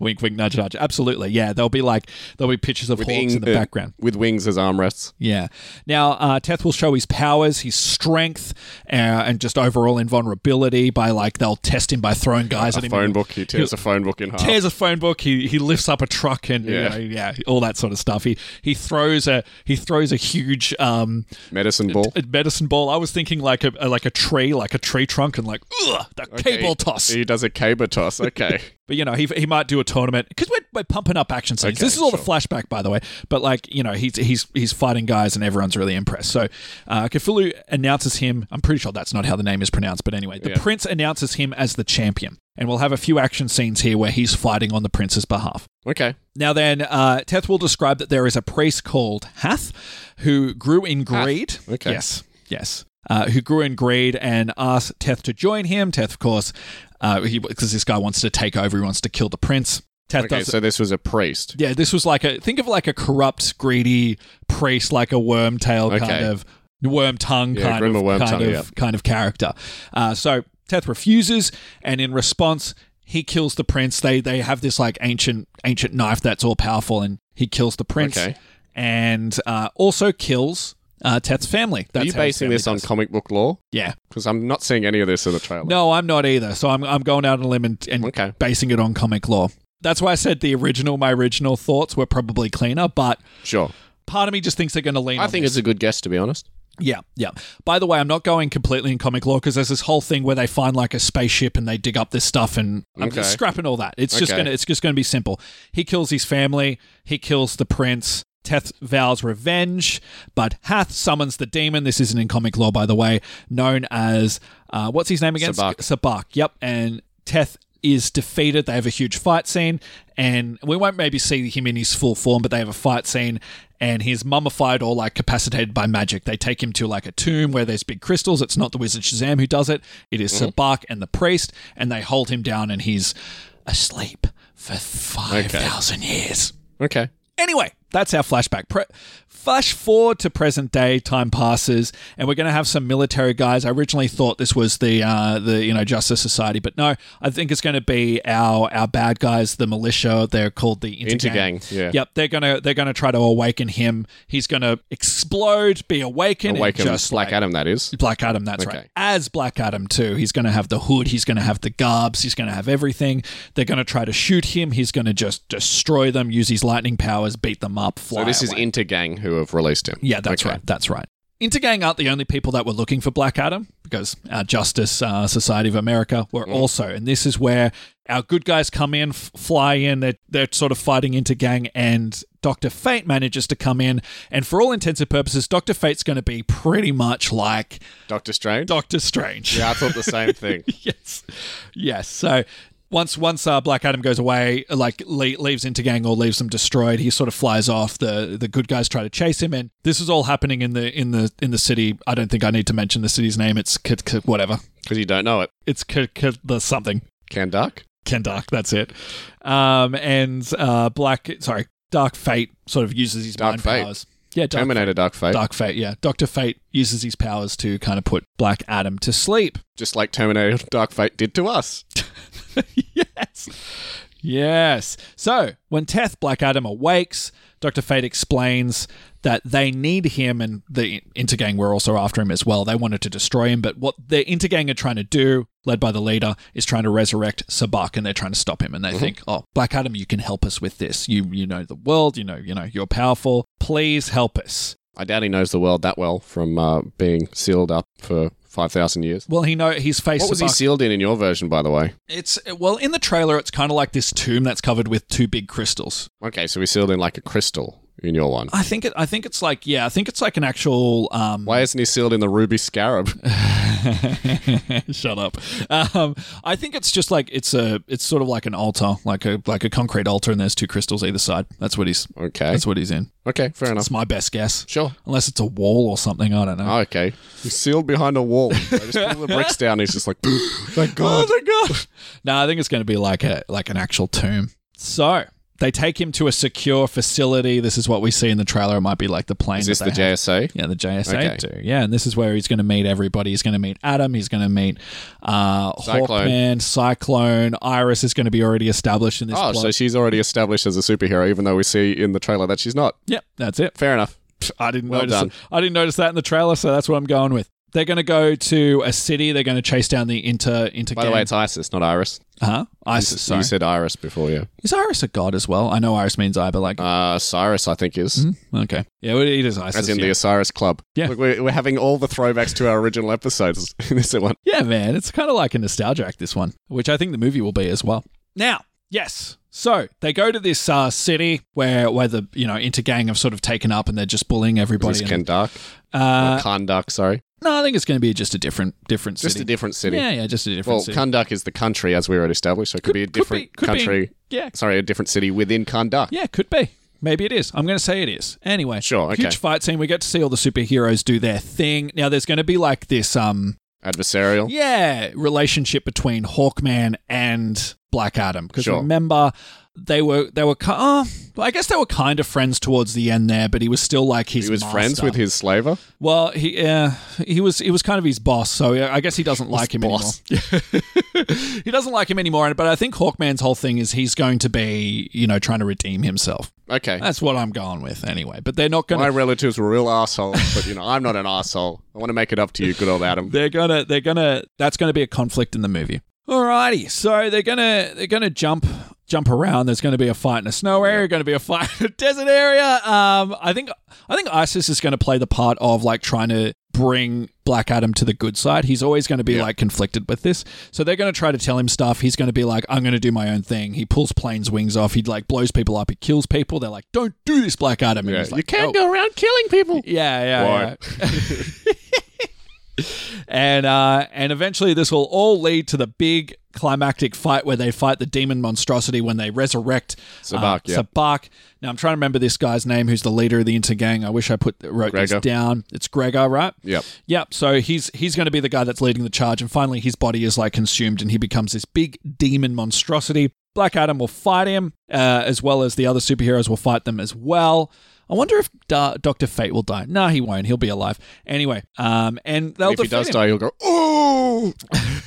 wink, wink, nudge, nudge. Absolutely, yeah. There'll be like there'll be pictures of hawks in
ing-
the
uh,
background.
with wings as armrests.
Yeah. Now, uh, Teth will show his powers, his strength, uh, and just overall invulnerability by like they'll test him by throwing guys at him.
Phone book, he tears a phone book in half.
Tears a phone book. He he lifts up a truck and you
Yeah.
know, yeah, all that sort of stuff. He he throws a he throws a huge um
Medicine ball.
a medicine ball. I was thinking like a, a- like a tree, like a tree trunk, and like ugh, the cable toss.
He does a cable toss. Okay,
But you know, he, he might do a tournament because we're, we're pumping up action scenes.
Okay,
this is all the
sure.
flashback, by the way. But like you know, he's he's he's fighting guys, and everyone's really impressed. So uh, Cthulhu announces him. I'm pretty sure that's not how the name is pronounced, but anyway, the
Yeah.
prince announces him as the champion, and we'll have a few action scenes here where he's fighting on the prince's behalf.
okay.
Now then, uh, Teth will describe that there is a priest called Hath who grew in greed.
Okay.
Yes. Yes. Uh, who grew in greed and asked Teth to join him. Teth, of course, because this guy wants to take over, he wants to kill the prince. Teth
Okay,
does.
so this was a priest.
yeah, this was like a think of like a corrupt, greedy priest, like a worm tail kind
Okay.
of worm tongue
Yeah,
kind of
Grimmer worm
kind
tongue,
of
yeah.
kind of character. Uh, so Teth refuses, and in response, he kills the prince. They they have this like ancient ancient knife that's all powerful, and he kills the prince,
Okay.
and uh, also kills uh, Teth's family. That's
Are you
how his
basing
family
this on
does.
comic book lore?
Yeah.
Because I'm not seeing any of this in the trailer.
No, I'm not either. So I'm I'm going out on a limb and, and
Okay.
basing it on comic lore. That's why I said the original. My original thoughts were probably cleaner, but
Sure.
part of me just thinks they're going to lean.
I
on
think
this.
it's a good guess, to be honest.
Yeah, yeah. By the way, I'm not going completely in comic lore because there's this whole thing where they find like a spaceship and they dig up this stuff and I'm
Okay.
just scrapping all that. It's just
Okay.
gonna it's just gonna be simple. He kills his family. He kills the prince. Teth vows revenge, but Hath summons the demon. This isn't in comic lore, by the way. Known as uh, what's his name again?
Sabak.
Sabak. Yep. And Teth is defeated. They have a huge fight scene, and we won't maybe see him in his full form, but they have a fight scene, and he's mummified or like capacitated by magic. They take him to like a tomb where there's big crystals. It's not the wizard Shazam who does it. It is Sabak and the priest, and they hold him down, and he's asleep for five thousand years.
Okay.
Anyway, That's our flashback. Pre- flash forward to present day. Time passes, and we're going to have some military guys. I originally thought this was the uh, the you know Justice Society, but no, I think it's going to be our our bad guys, the militia. They're called the Intergang.
Intergang, yeah.
Yep. They're gonna they're gonna try to awaken him. He's gonna explode, be awakened,
Wake
and
him,
just
Black Adam, that is.
Black Adam, that's
Okay.
right. As Black Adam too, he's going to have the hood, he's going to have the garbs, he's going to have everything. They're going to try to shoot him. He's going to just destroy them, use his lightning powers, beat them up, fly.
So this is
away.
Intergang who have released him.
yeah, that's right. That's right. Intergang aren't the only people that were looking for Black Adam because our Justice uh, Society of America were
Mm.
also, and this is where our good guys come in, f- fly in. They're they're sort of fighting Intergang, and Doctor Fate manages to come in, and for all intents and purposes, Doctor Fate's going to be pretty much like
Doctor Strange?
Doctor Strange.
yeah, I thought the same thing.
yes, yes. So once once uh, Black Adam goes away, like le- leaves Intergang or leaves them destroyed, he sort of flies off. the The good guys try to chase him, and this is all happening in the in the in the city. I don't think I need to mention the city's name. It's K- K- whatever.
Because you don't know it.
It's K- K- the something.
Can Dark?
Kendark. That's it. Um, and uh, Black, sorry, Dark Fate sort of uses his
Dark
mind
Fate.
powers. Yeah, Dark
Terminator Dark Fate.
Dark Fate, yeah. Doctor Fate uses his powers to kind of put Black Adam to sleep.
Just like Terminator Dark Fate did to us.
yes. Yes. So when Teth Black Adam awakes, Dr. Fate explains that they need him and the Intergang were also after him as well. They wanted to destroy him, but what the Intergang are trying to do, led by the leader, is trying to resurrect Sabak and they're trying to stop him and they
Mm-hmm.
think, Oh, Black Adam, you can help us with this. You you know the world, you know, you know, you're powerful. Please help us.
I doubt he knows the world that well from uh, being sealed up for 5,000 years.
Well, he know he's faced
What was he
Sabak-
sealed in in your version, by the way?
It's well in the trailer it's kind of like this tomb that's covered with two big crystals.
Okay, so he's sealed in like a crystal in your one.
I think it. I think it's like yeah. I think it's like an actual. Um,
Why isn't he sealed in the ruby scarab?
shut up. Um, I think it's just like it's a. It's sort of like an altar, like a like a concrete altar, and there's two crystals either side. That's what he's.
Okay.
That's what he's in.
Okay, fair enough.
That's my best guess.
Sure.
Unless it's a wall or something. I don't know.
Oh, okay. He's sealed behind a wall. I just pull the bricks down. He's just like, thank God.
my Oh, god! no, I think it's going to be like a like an actual tomb. So. They take him to a secure facility. This is what we see in the trailer. It might be like the plane.
Is this
that
the
they
JSA?
Yeah, the JSA
Okay.
do. Yeah, and this is where he's going to meet everybody. He's going to meet Adam. He's going to meet uh,
Cyclone.
Hawkman, Cyclone. Iris is going to be already established in this
Oh,
plot.
so she's already established as a superhero, even though we see in the trailer that she's not.
yep, that's it.
Fair enough.
I didn't
Well
notice.
done.
I didn't notice that in the trailer, so that's what I'm going with. They're going to go to a city. They're going to chase down the inter inter.
By the way, it's Isis, not Iris.
huh? Isis.
You
Sorry,
said Iris before, yeah.
is Iris a god as well? I know Iris means eye, but like,
Uh, Cyrus, I think, is.
okay, yeah, well, it is Mm-hmm. Isis.
As in
yeah.
the Osiris Club.
Yeah.
Look, we're, we're having all the throwbacks to our original episodes in this one.
Yeah, man, it's kind of like a nostalgia act, this one, which I think the movie will be as well. Now, yes. So they go to this uh, city where where the you know intergang have sort of taken up and they're just bullying
Is
everybody.
this
And,
Kandark?
uh,
or Kandark, sorry.
no, I think it's going to be just a different different
Just
city.
a different city.
Yeah, yeah, just a different
Well,
city.
Kandak is the country, as we already established, so it could, be a
could be-
different
could be-
country.
yeah,
Sorry, a different city within Kandak.
yeah, could be. Maybe it is. I'm going to say it is. Anyway,
Sure, okay.
Huge fight scene. We get to see all the superheroes do their thing. Now there's going to be like this um
Adversarial.
Yeah, relationship between Hawkman and Black Adam. Because
Sure.
remember, they were they were ki- oh, well, I guess they were kind of friends towards the end there, but he was still like his.
He was
master.
friends with his slaver.
Well, he uh, he was he was kind of his boss, so I guess he doesn't like him
boss.
anymore. he doesn't like him anymore, but I think Hawkman's whole thing is he's going to be you know trying to redeem himself.
Okay.
That's what I'm going with anyway. But they're not going to
My relatives were real assholes, but you know, I'm not an asshole. I want to make it up to you, good old Adam.
They're gonna they're gonna that's gonna be a conflict in the movie. Alrighty, so they're gonna they're gonna jump jump around. There's gonna be a fight in a snow area, gonna be a fight in a desert area. Um I think I think Isis is gonna play the part of like trying to bring Black Adam to the good side. He's always gonna be like conflicted with this. So they're gonna try to tell him stuff. He's gonna be like, I'm gonna do my own thing. He pulls planes wings off, he like blows people up, he kills people. They're like, Don't do this, Black Adam. And
Yeah,
he's like,
you can't
"Oh."
go around killing people.
Yeah, yeah,
Why?
yeah. and uh, and eventually, this will all lead to the big climactic fight where they fight the demon monstrosity when they resurrect uh,
Sabak, yeah.
Sabak. Now I'm trying to remember this guy's name, who's the leader of the intergang. I wish I put wrote
Gregor.
this down. It's Gregor, right?
Yep.
Yep. So he's he's going to be the guy that's leading the charge, and finally his body is like consumed, and he becomes this big demon monstrosity. Black Adam will fight him, uh, as well as the other superheroes will fight them as well. I wonder if da- Doctor Fate will die. No, he won't. He'll be alive anyway. Um, and they'll
if he
defeat
does
him.
die, he'll go, ooh!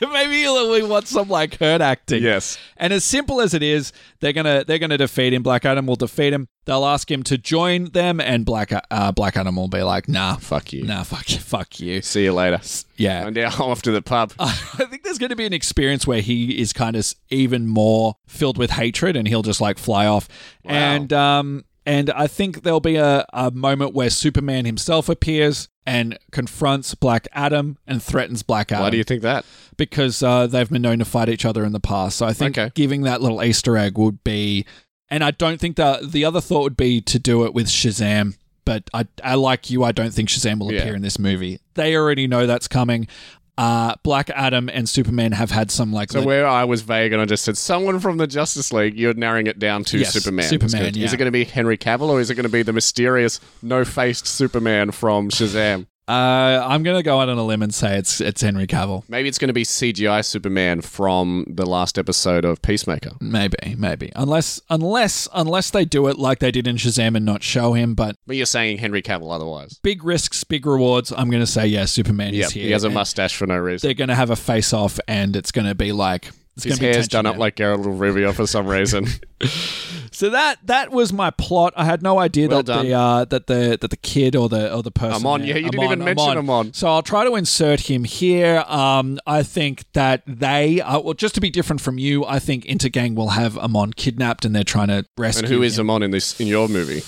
Maybe he'll we want some like hurt acting.
Yes.
And as simple as it is, they're gonna they're gonna defeat him. Black Adam will defeat him. They'll ask him to join them, and Black uh, Black Adam will be like, Nah,
Fuck you.
nah, fuck you, fuck you.
See you later.
Yeah. Uh-huh.
And now I'm off to the pub.
I think there's going to be an experience where he is kind of even more filled with hatred, and he'll just like fly off. And um, and I think there'll be a, a moment where Superman himself appears and confronts Black Adam and threatens Black Adam
Why do you think that?
because uh, they've been known to fight each other in the past. So I think
Okay.
giving that little Easter egg would be, and I don't think that the other thought would be to do it with Shazam. But I, I like you. I don't think Shazam will
Yeah.
appear in this movie. They already know that's coming. Uh, Black Adam and Superman have had some like
So
lit-
where I was vague and I just said someone from the Justice League, you're narrowing it down to
Yes,
Superman.
Superman,
That's good.
yeah.
Is it going to be Henry Cavill or is it going to be the mysterious no-faced Superman from Shazam?
uh, I'm gonna go out on a limb and say it's it's Henry Cavill.
Maybe it's going to be CGI Superman from the last episode of Peacemaker.
Maybe, maybe. Unless, unless, unless they do it like they did in Shazam and not show him. But
But you're saying Henry Cavill otherwise.
big risks, big rewards. I'm gonna say yeah, Superman
Yeah,
is here.
he has a
And-
mustache for no reason.
they're going to have a face off and it's going to be like it's
His
gonna be
hair's
tension
done up
there.
like Geralt of Rivia for some reason.
so that that was my plot i had no idea
Well
that
done.
the uh, that the that the kid or the or the person
Amon,
there-
yeah, you didn't even mention Amon.
so i'll try to insert him here um i think that they uh, well just to be different from you i think intergang will have amon kidnapped and they're trying to rescue
and who is
him.
Amon in this in your movie?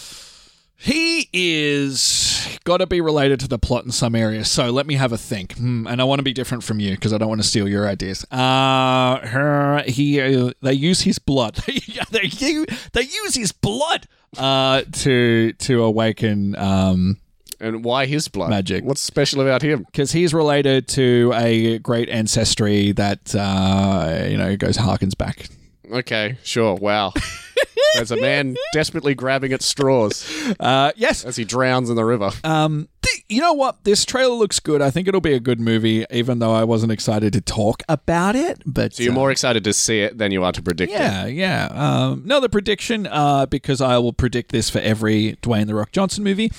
he is got to be related to the plot in some area so let me have a think hmm, and i want to be different from you because i don't want to steal your ideas uh her, he uh, they use his blood Yeah, they, u- they use his blood uh to to awaken um
And why his blood?
Magic.
What's special about him?
because he's related to a great ancestry that uh you know goes harkens back
Okay, sure. Wow. There's a man desperately grabbing at straws
uh yes
as he drowns in the river.
Um, th- you know what? This trailer looks good. I think it'll be a good movie, even though I wasn't excited to talk about it. But
So you're
uh,
more excited to see it than you are to predict it.
yeah, yeah. Um, another prediction, uh, because I will predict this for every Dwayne the Rock Johnson movie.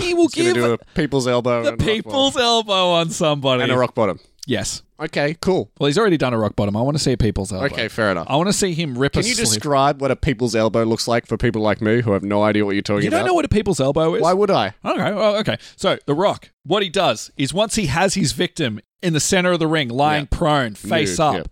He will
It's gonna
give
do a
the
people's elbow and a rock bottom.
people's elbow on somebody.
and a rock bottom.
Yes.
Okay, cool.
Well, he's already done a rock bottom. I want to see a people's elbow.
Okay, fair enough.
I want to see him rip a
Can you
slip.
describe what a people's elbow looks like for people like me who have no idea what you're talking
you don't
about?
know what a people's elbow is?
Why would I?
Okay. Well, okay. So The Rock, what he does is once he has his victim in the center of the ring, lying prone, face
Nude,
up.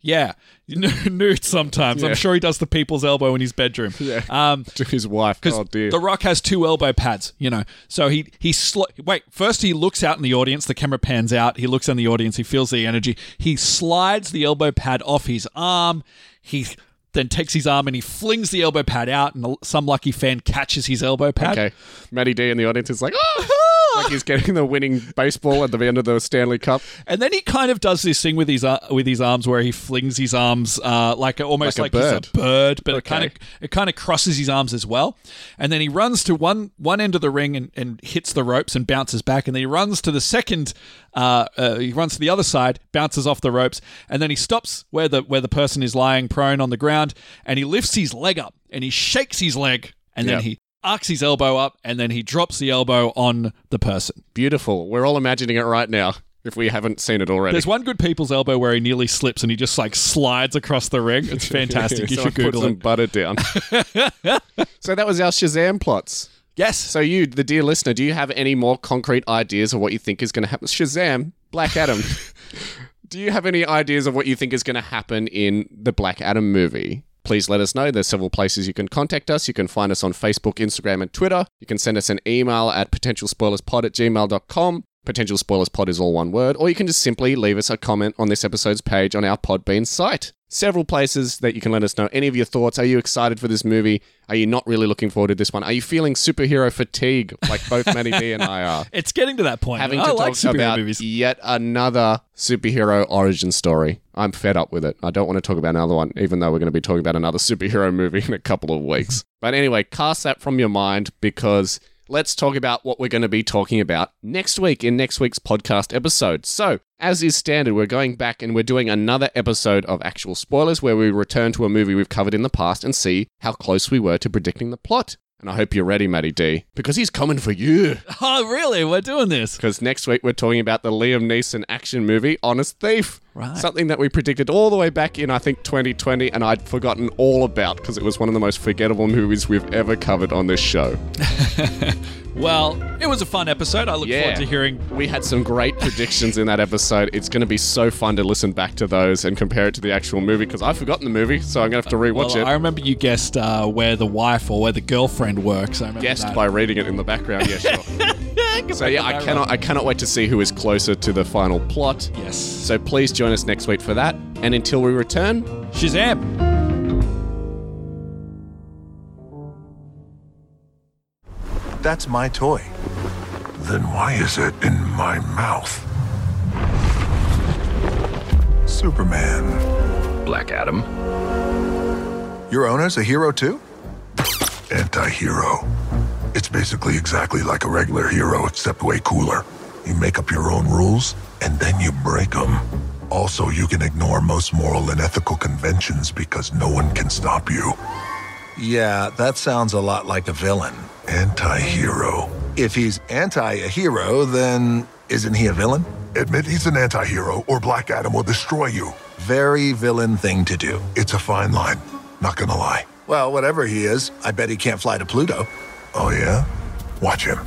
Yeah, nude sometimes.
Yeah.
I'm sure he does the people's elbow in his bedroom.
Yeah.
Um,
To his wife. Oh dear.
the Rock has two elbow pads, you know. So he he sl- wait. First, he looks out in the audience. The camera pans out. He looks in the audience. He feels the energy. He slides the elbow pad off his arm. He then takes his arm and he flings the elbow pad out. And some lucky fan catches his elbow pad.
okay. Matty D in the audience is like, "Ah!" like he's getting the winning baseball at the end of the Stanley Cup.
And then he kind of does this thing with his ar- with his arms where he flings his arms uh, like almost
Like
like,
a
he's a bird, but it
Okay.
kind of it kind of crosses his arms as well. And then he runs to one one end of the ring and, and hits the ropes and bounces back. And then he runs to the second, uh, uh, he runs to the other side, bounces off the ropes, and then he stops where the where the person is lying prone on the ground, and he lifts his leg up and he shakes his leg, and
Yeah.
then he arcs his elbow up, and then he drops the elbow on the person.
Beautiful. We're all imagining it right now if we haven't seen it already.
There's one good people's elbow where he nearly slips and he just like slides across the ring. It's fantastic. you
Someone
should Google
put some
it.
butter down. so that was our Shazam plots.
Yes.
So you, the dear listener, do you have any more concrete ideas of what you think is going to happen? Shazam, Black Adam. do you have any ideas of what you think is going to happen in the Black Adam movie? Please let us know. There's several places you can contact us. You can find us on Facebook, Instagram, and Twitter. You can send us an email at potentialspoilerspod at gmail.com. Potential Spoilers Pod is all one word, or you can just simply leave us a comment on this episode's page on our Podbean site. Several places that you can let us know any of your thoughts. Are you excited for this movie? Are you not really looking forward to this one? Are you feeling superhero fatigue like both Manny D and I are?
It's getting to that point.
Having
I
to
like
talk
superhero
about
movies.
yet another superhero origin story. I'm fed up with it. I don't want to talk about another one, even though we're going to be talking about another superhero movie in a couple of weeks. but anyway, cast that from your mind because let's talk about what we're going to be talking about next week in next week's podcast episode. So, as is standard, we're going back and we're doing another episode of actual spoilers where we return to a movie we've covered in the past and see how close we were to predicting the plot. And I hope you're ready, Matty D, because he's coming for you.
Oh, really? We're doing this.
Because next week we're talking about the Liam Neeson action movie, Honest Thief.
Right.
Something that we predicted all the way back in, I think, 2020, and I'd forgotten all about because it was one of the most forgettable movies we've ever covered on this show.
Well, it was a fun episode. I look
Yeah.
forward to hearing.
We had some great predictions in that episode. It's going to be so fun to listen back to those and compare it to the actual movie because I've forgotten the movie, so I'm going to have to rewatch
Well, I
it.
remember you guessed uh, where the wife or where the girlfriend works. I remember
Guessed
that.
by reading it in the background, yeah, sure. so yeah, I cannot, I cannot wait to see who is closer to the final plot.
Yes.
So please join us next week for that. And until we return,
Shazam.
That's my toy.
Then why is it in my mouth? Superman.
Black Adam.
Your owner's a hero too?
Anti hero. It's basically exactly like a regular hero, except way cooler. You make up your own rules, and then you break them. Also, you can ignore most moral and ethical conventions because no one can stop you.
Yeah, that sounds a lot like a villain.
Anti hero.
If he's anti a hero, then isn't he a villain?
Admit he's an anti hero, or Black Adam will destroy you.
Very villain thing to do.
It's a fine line, not gonna lie.
Well, whatever he is, I bet he can't fly to Pluto.
Oh, yeah? Watch him.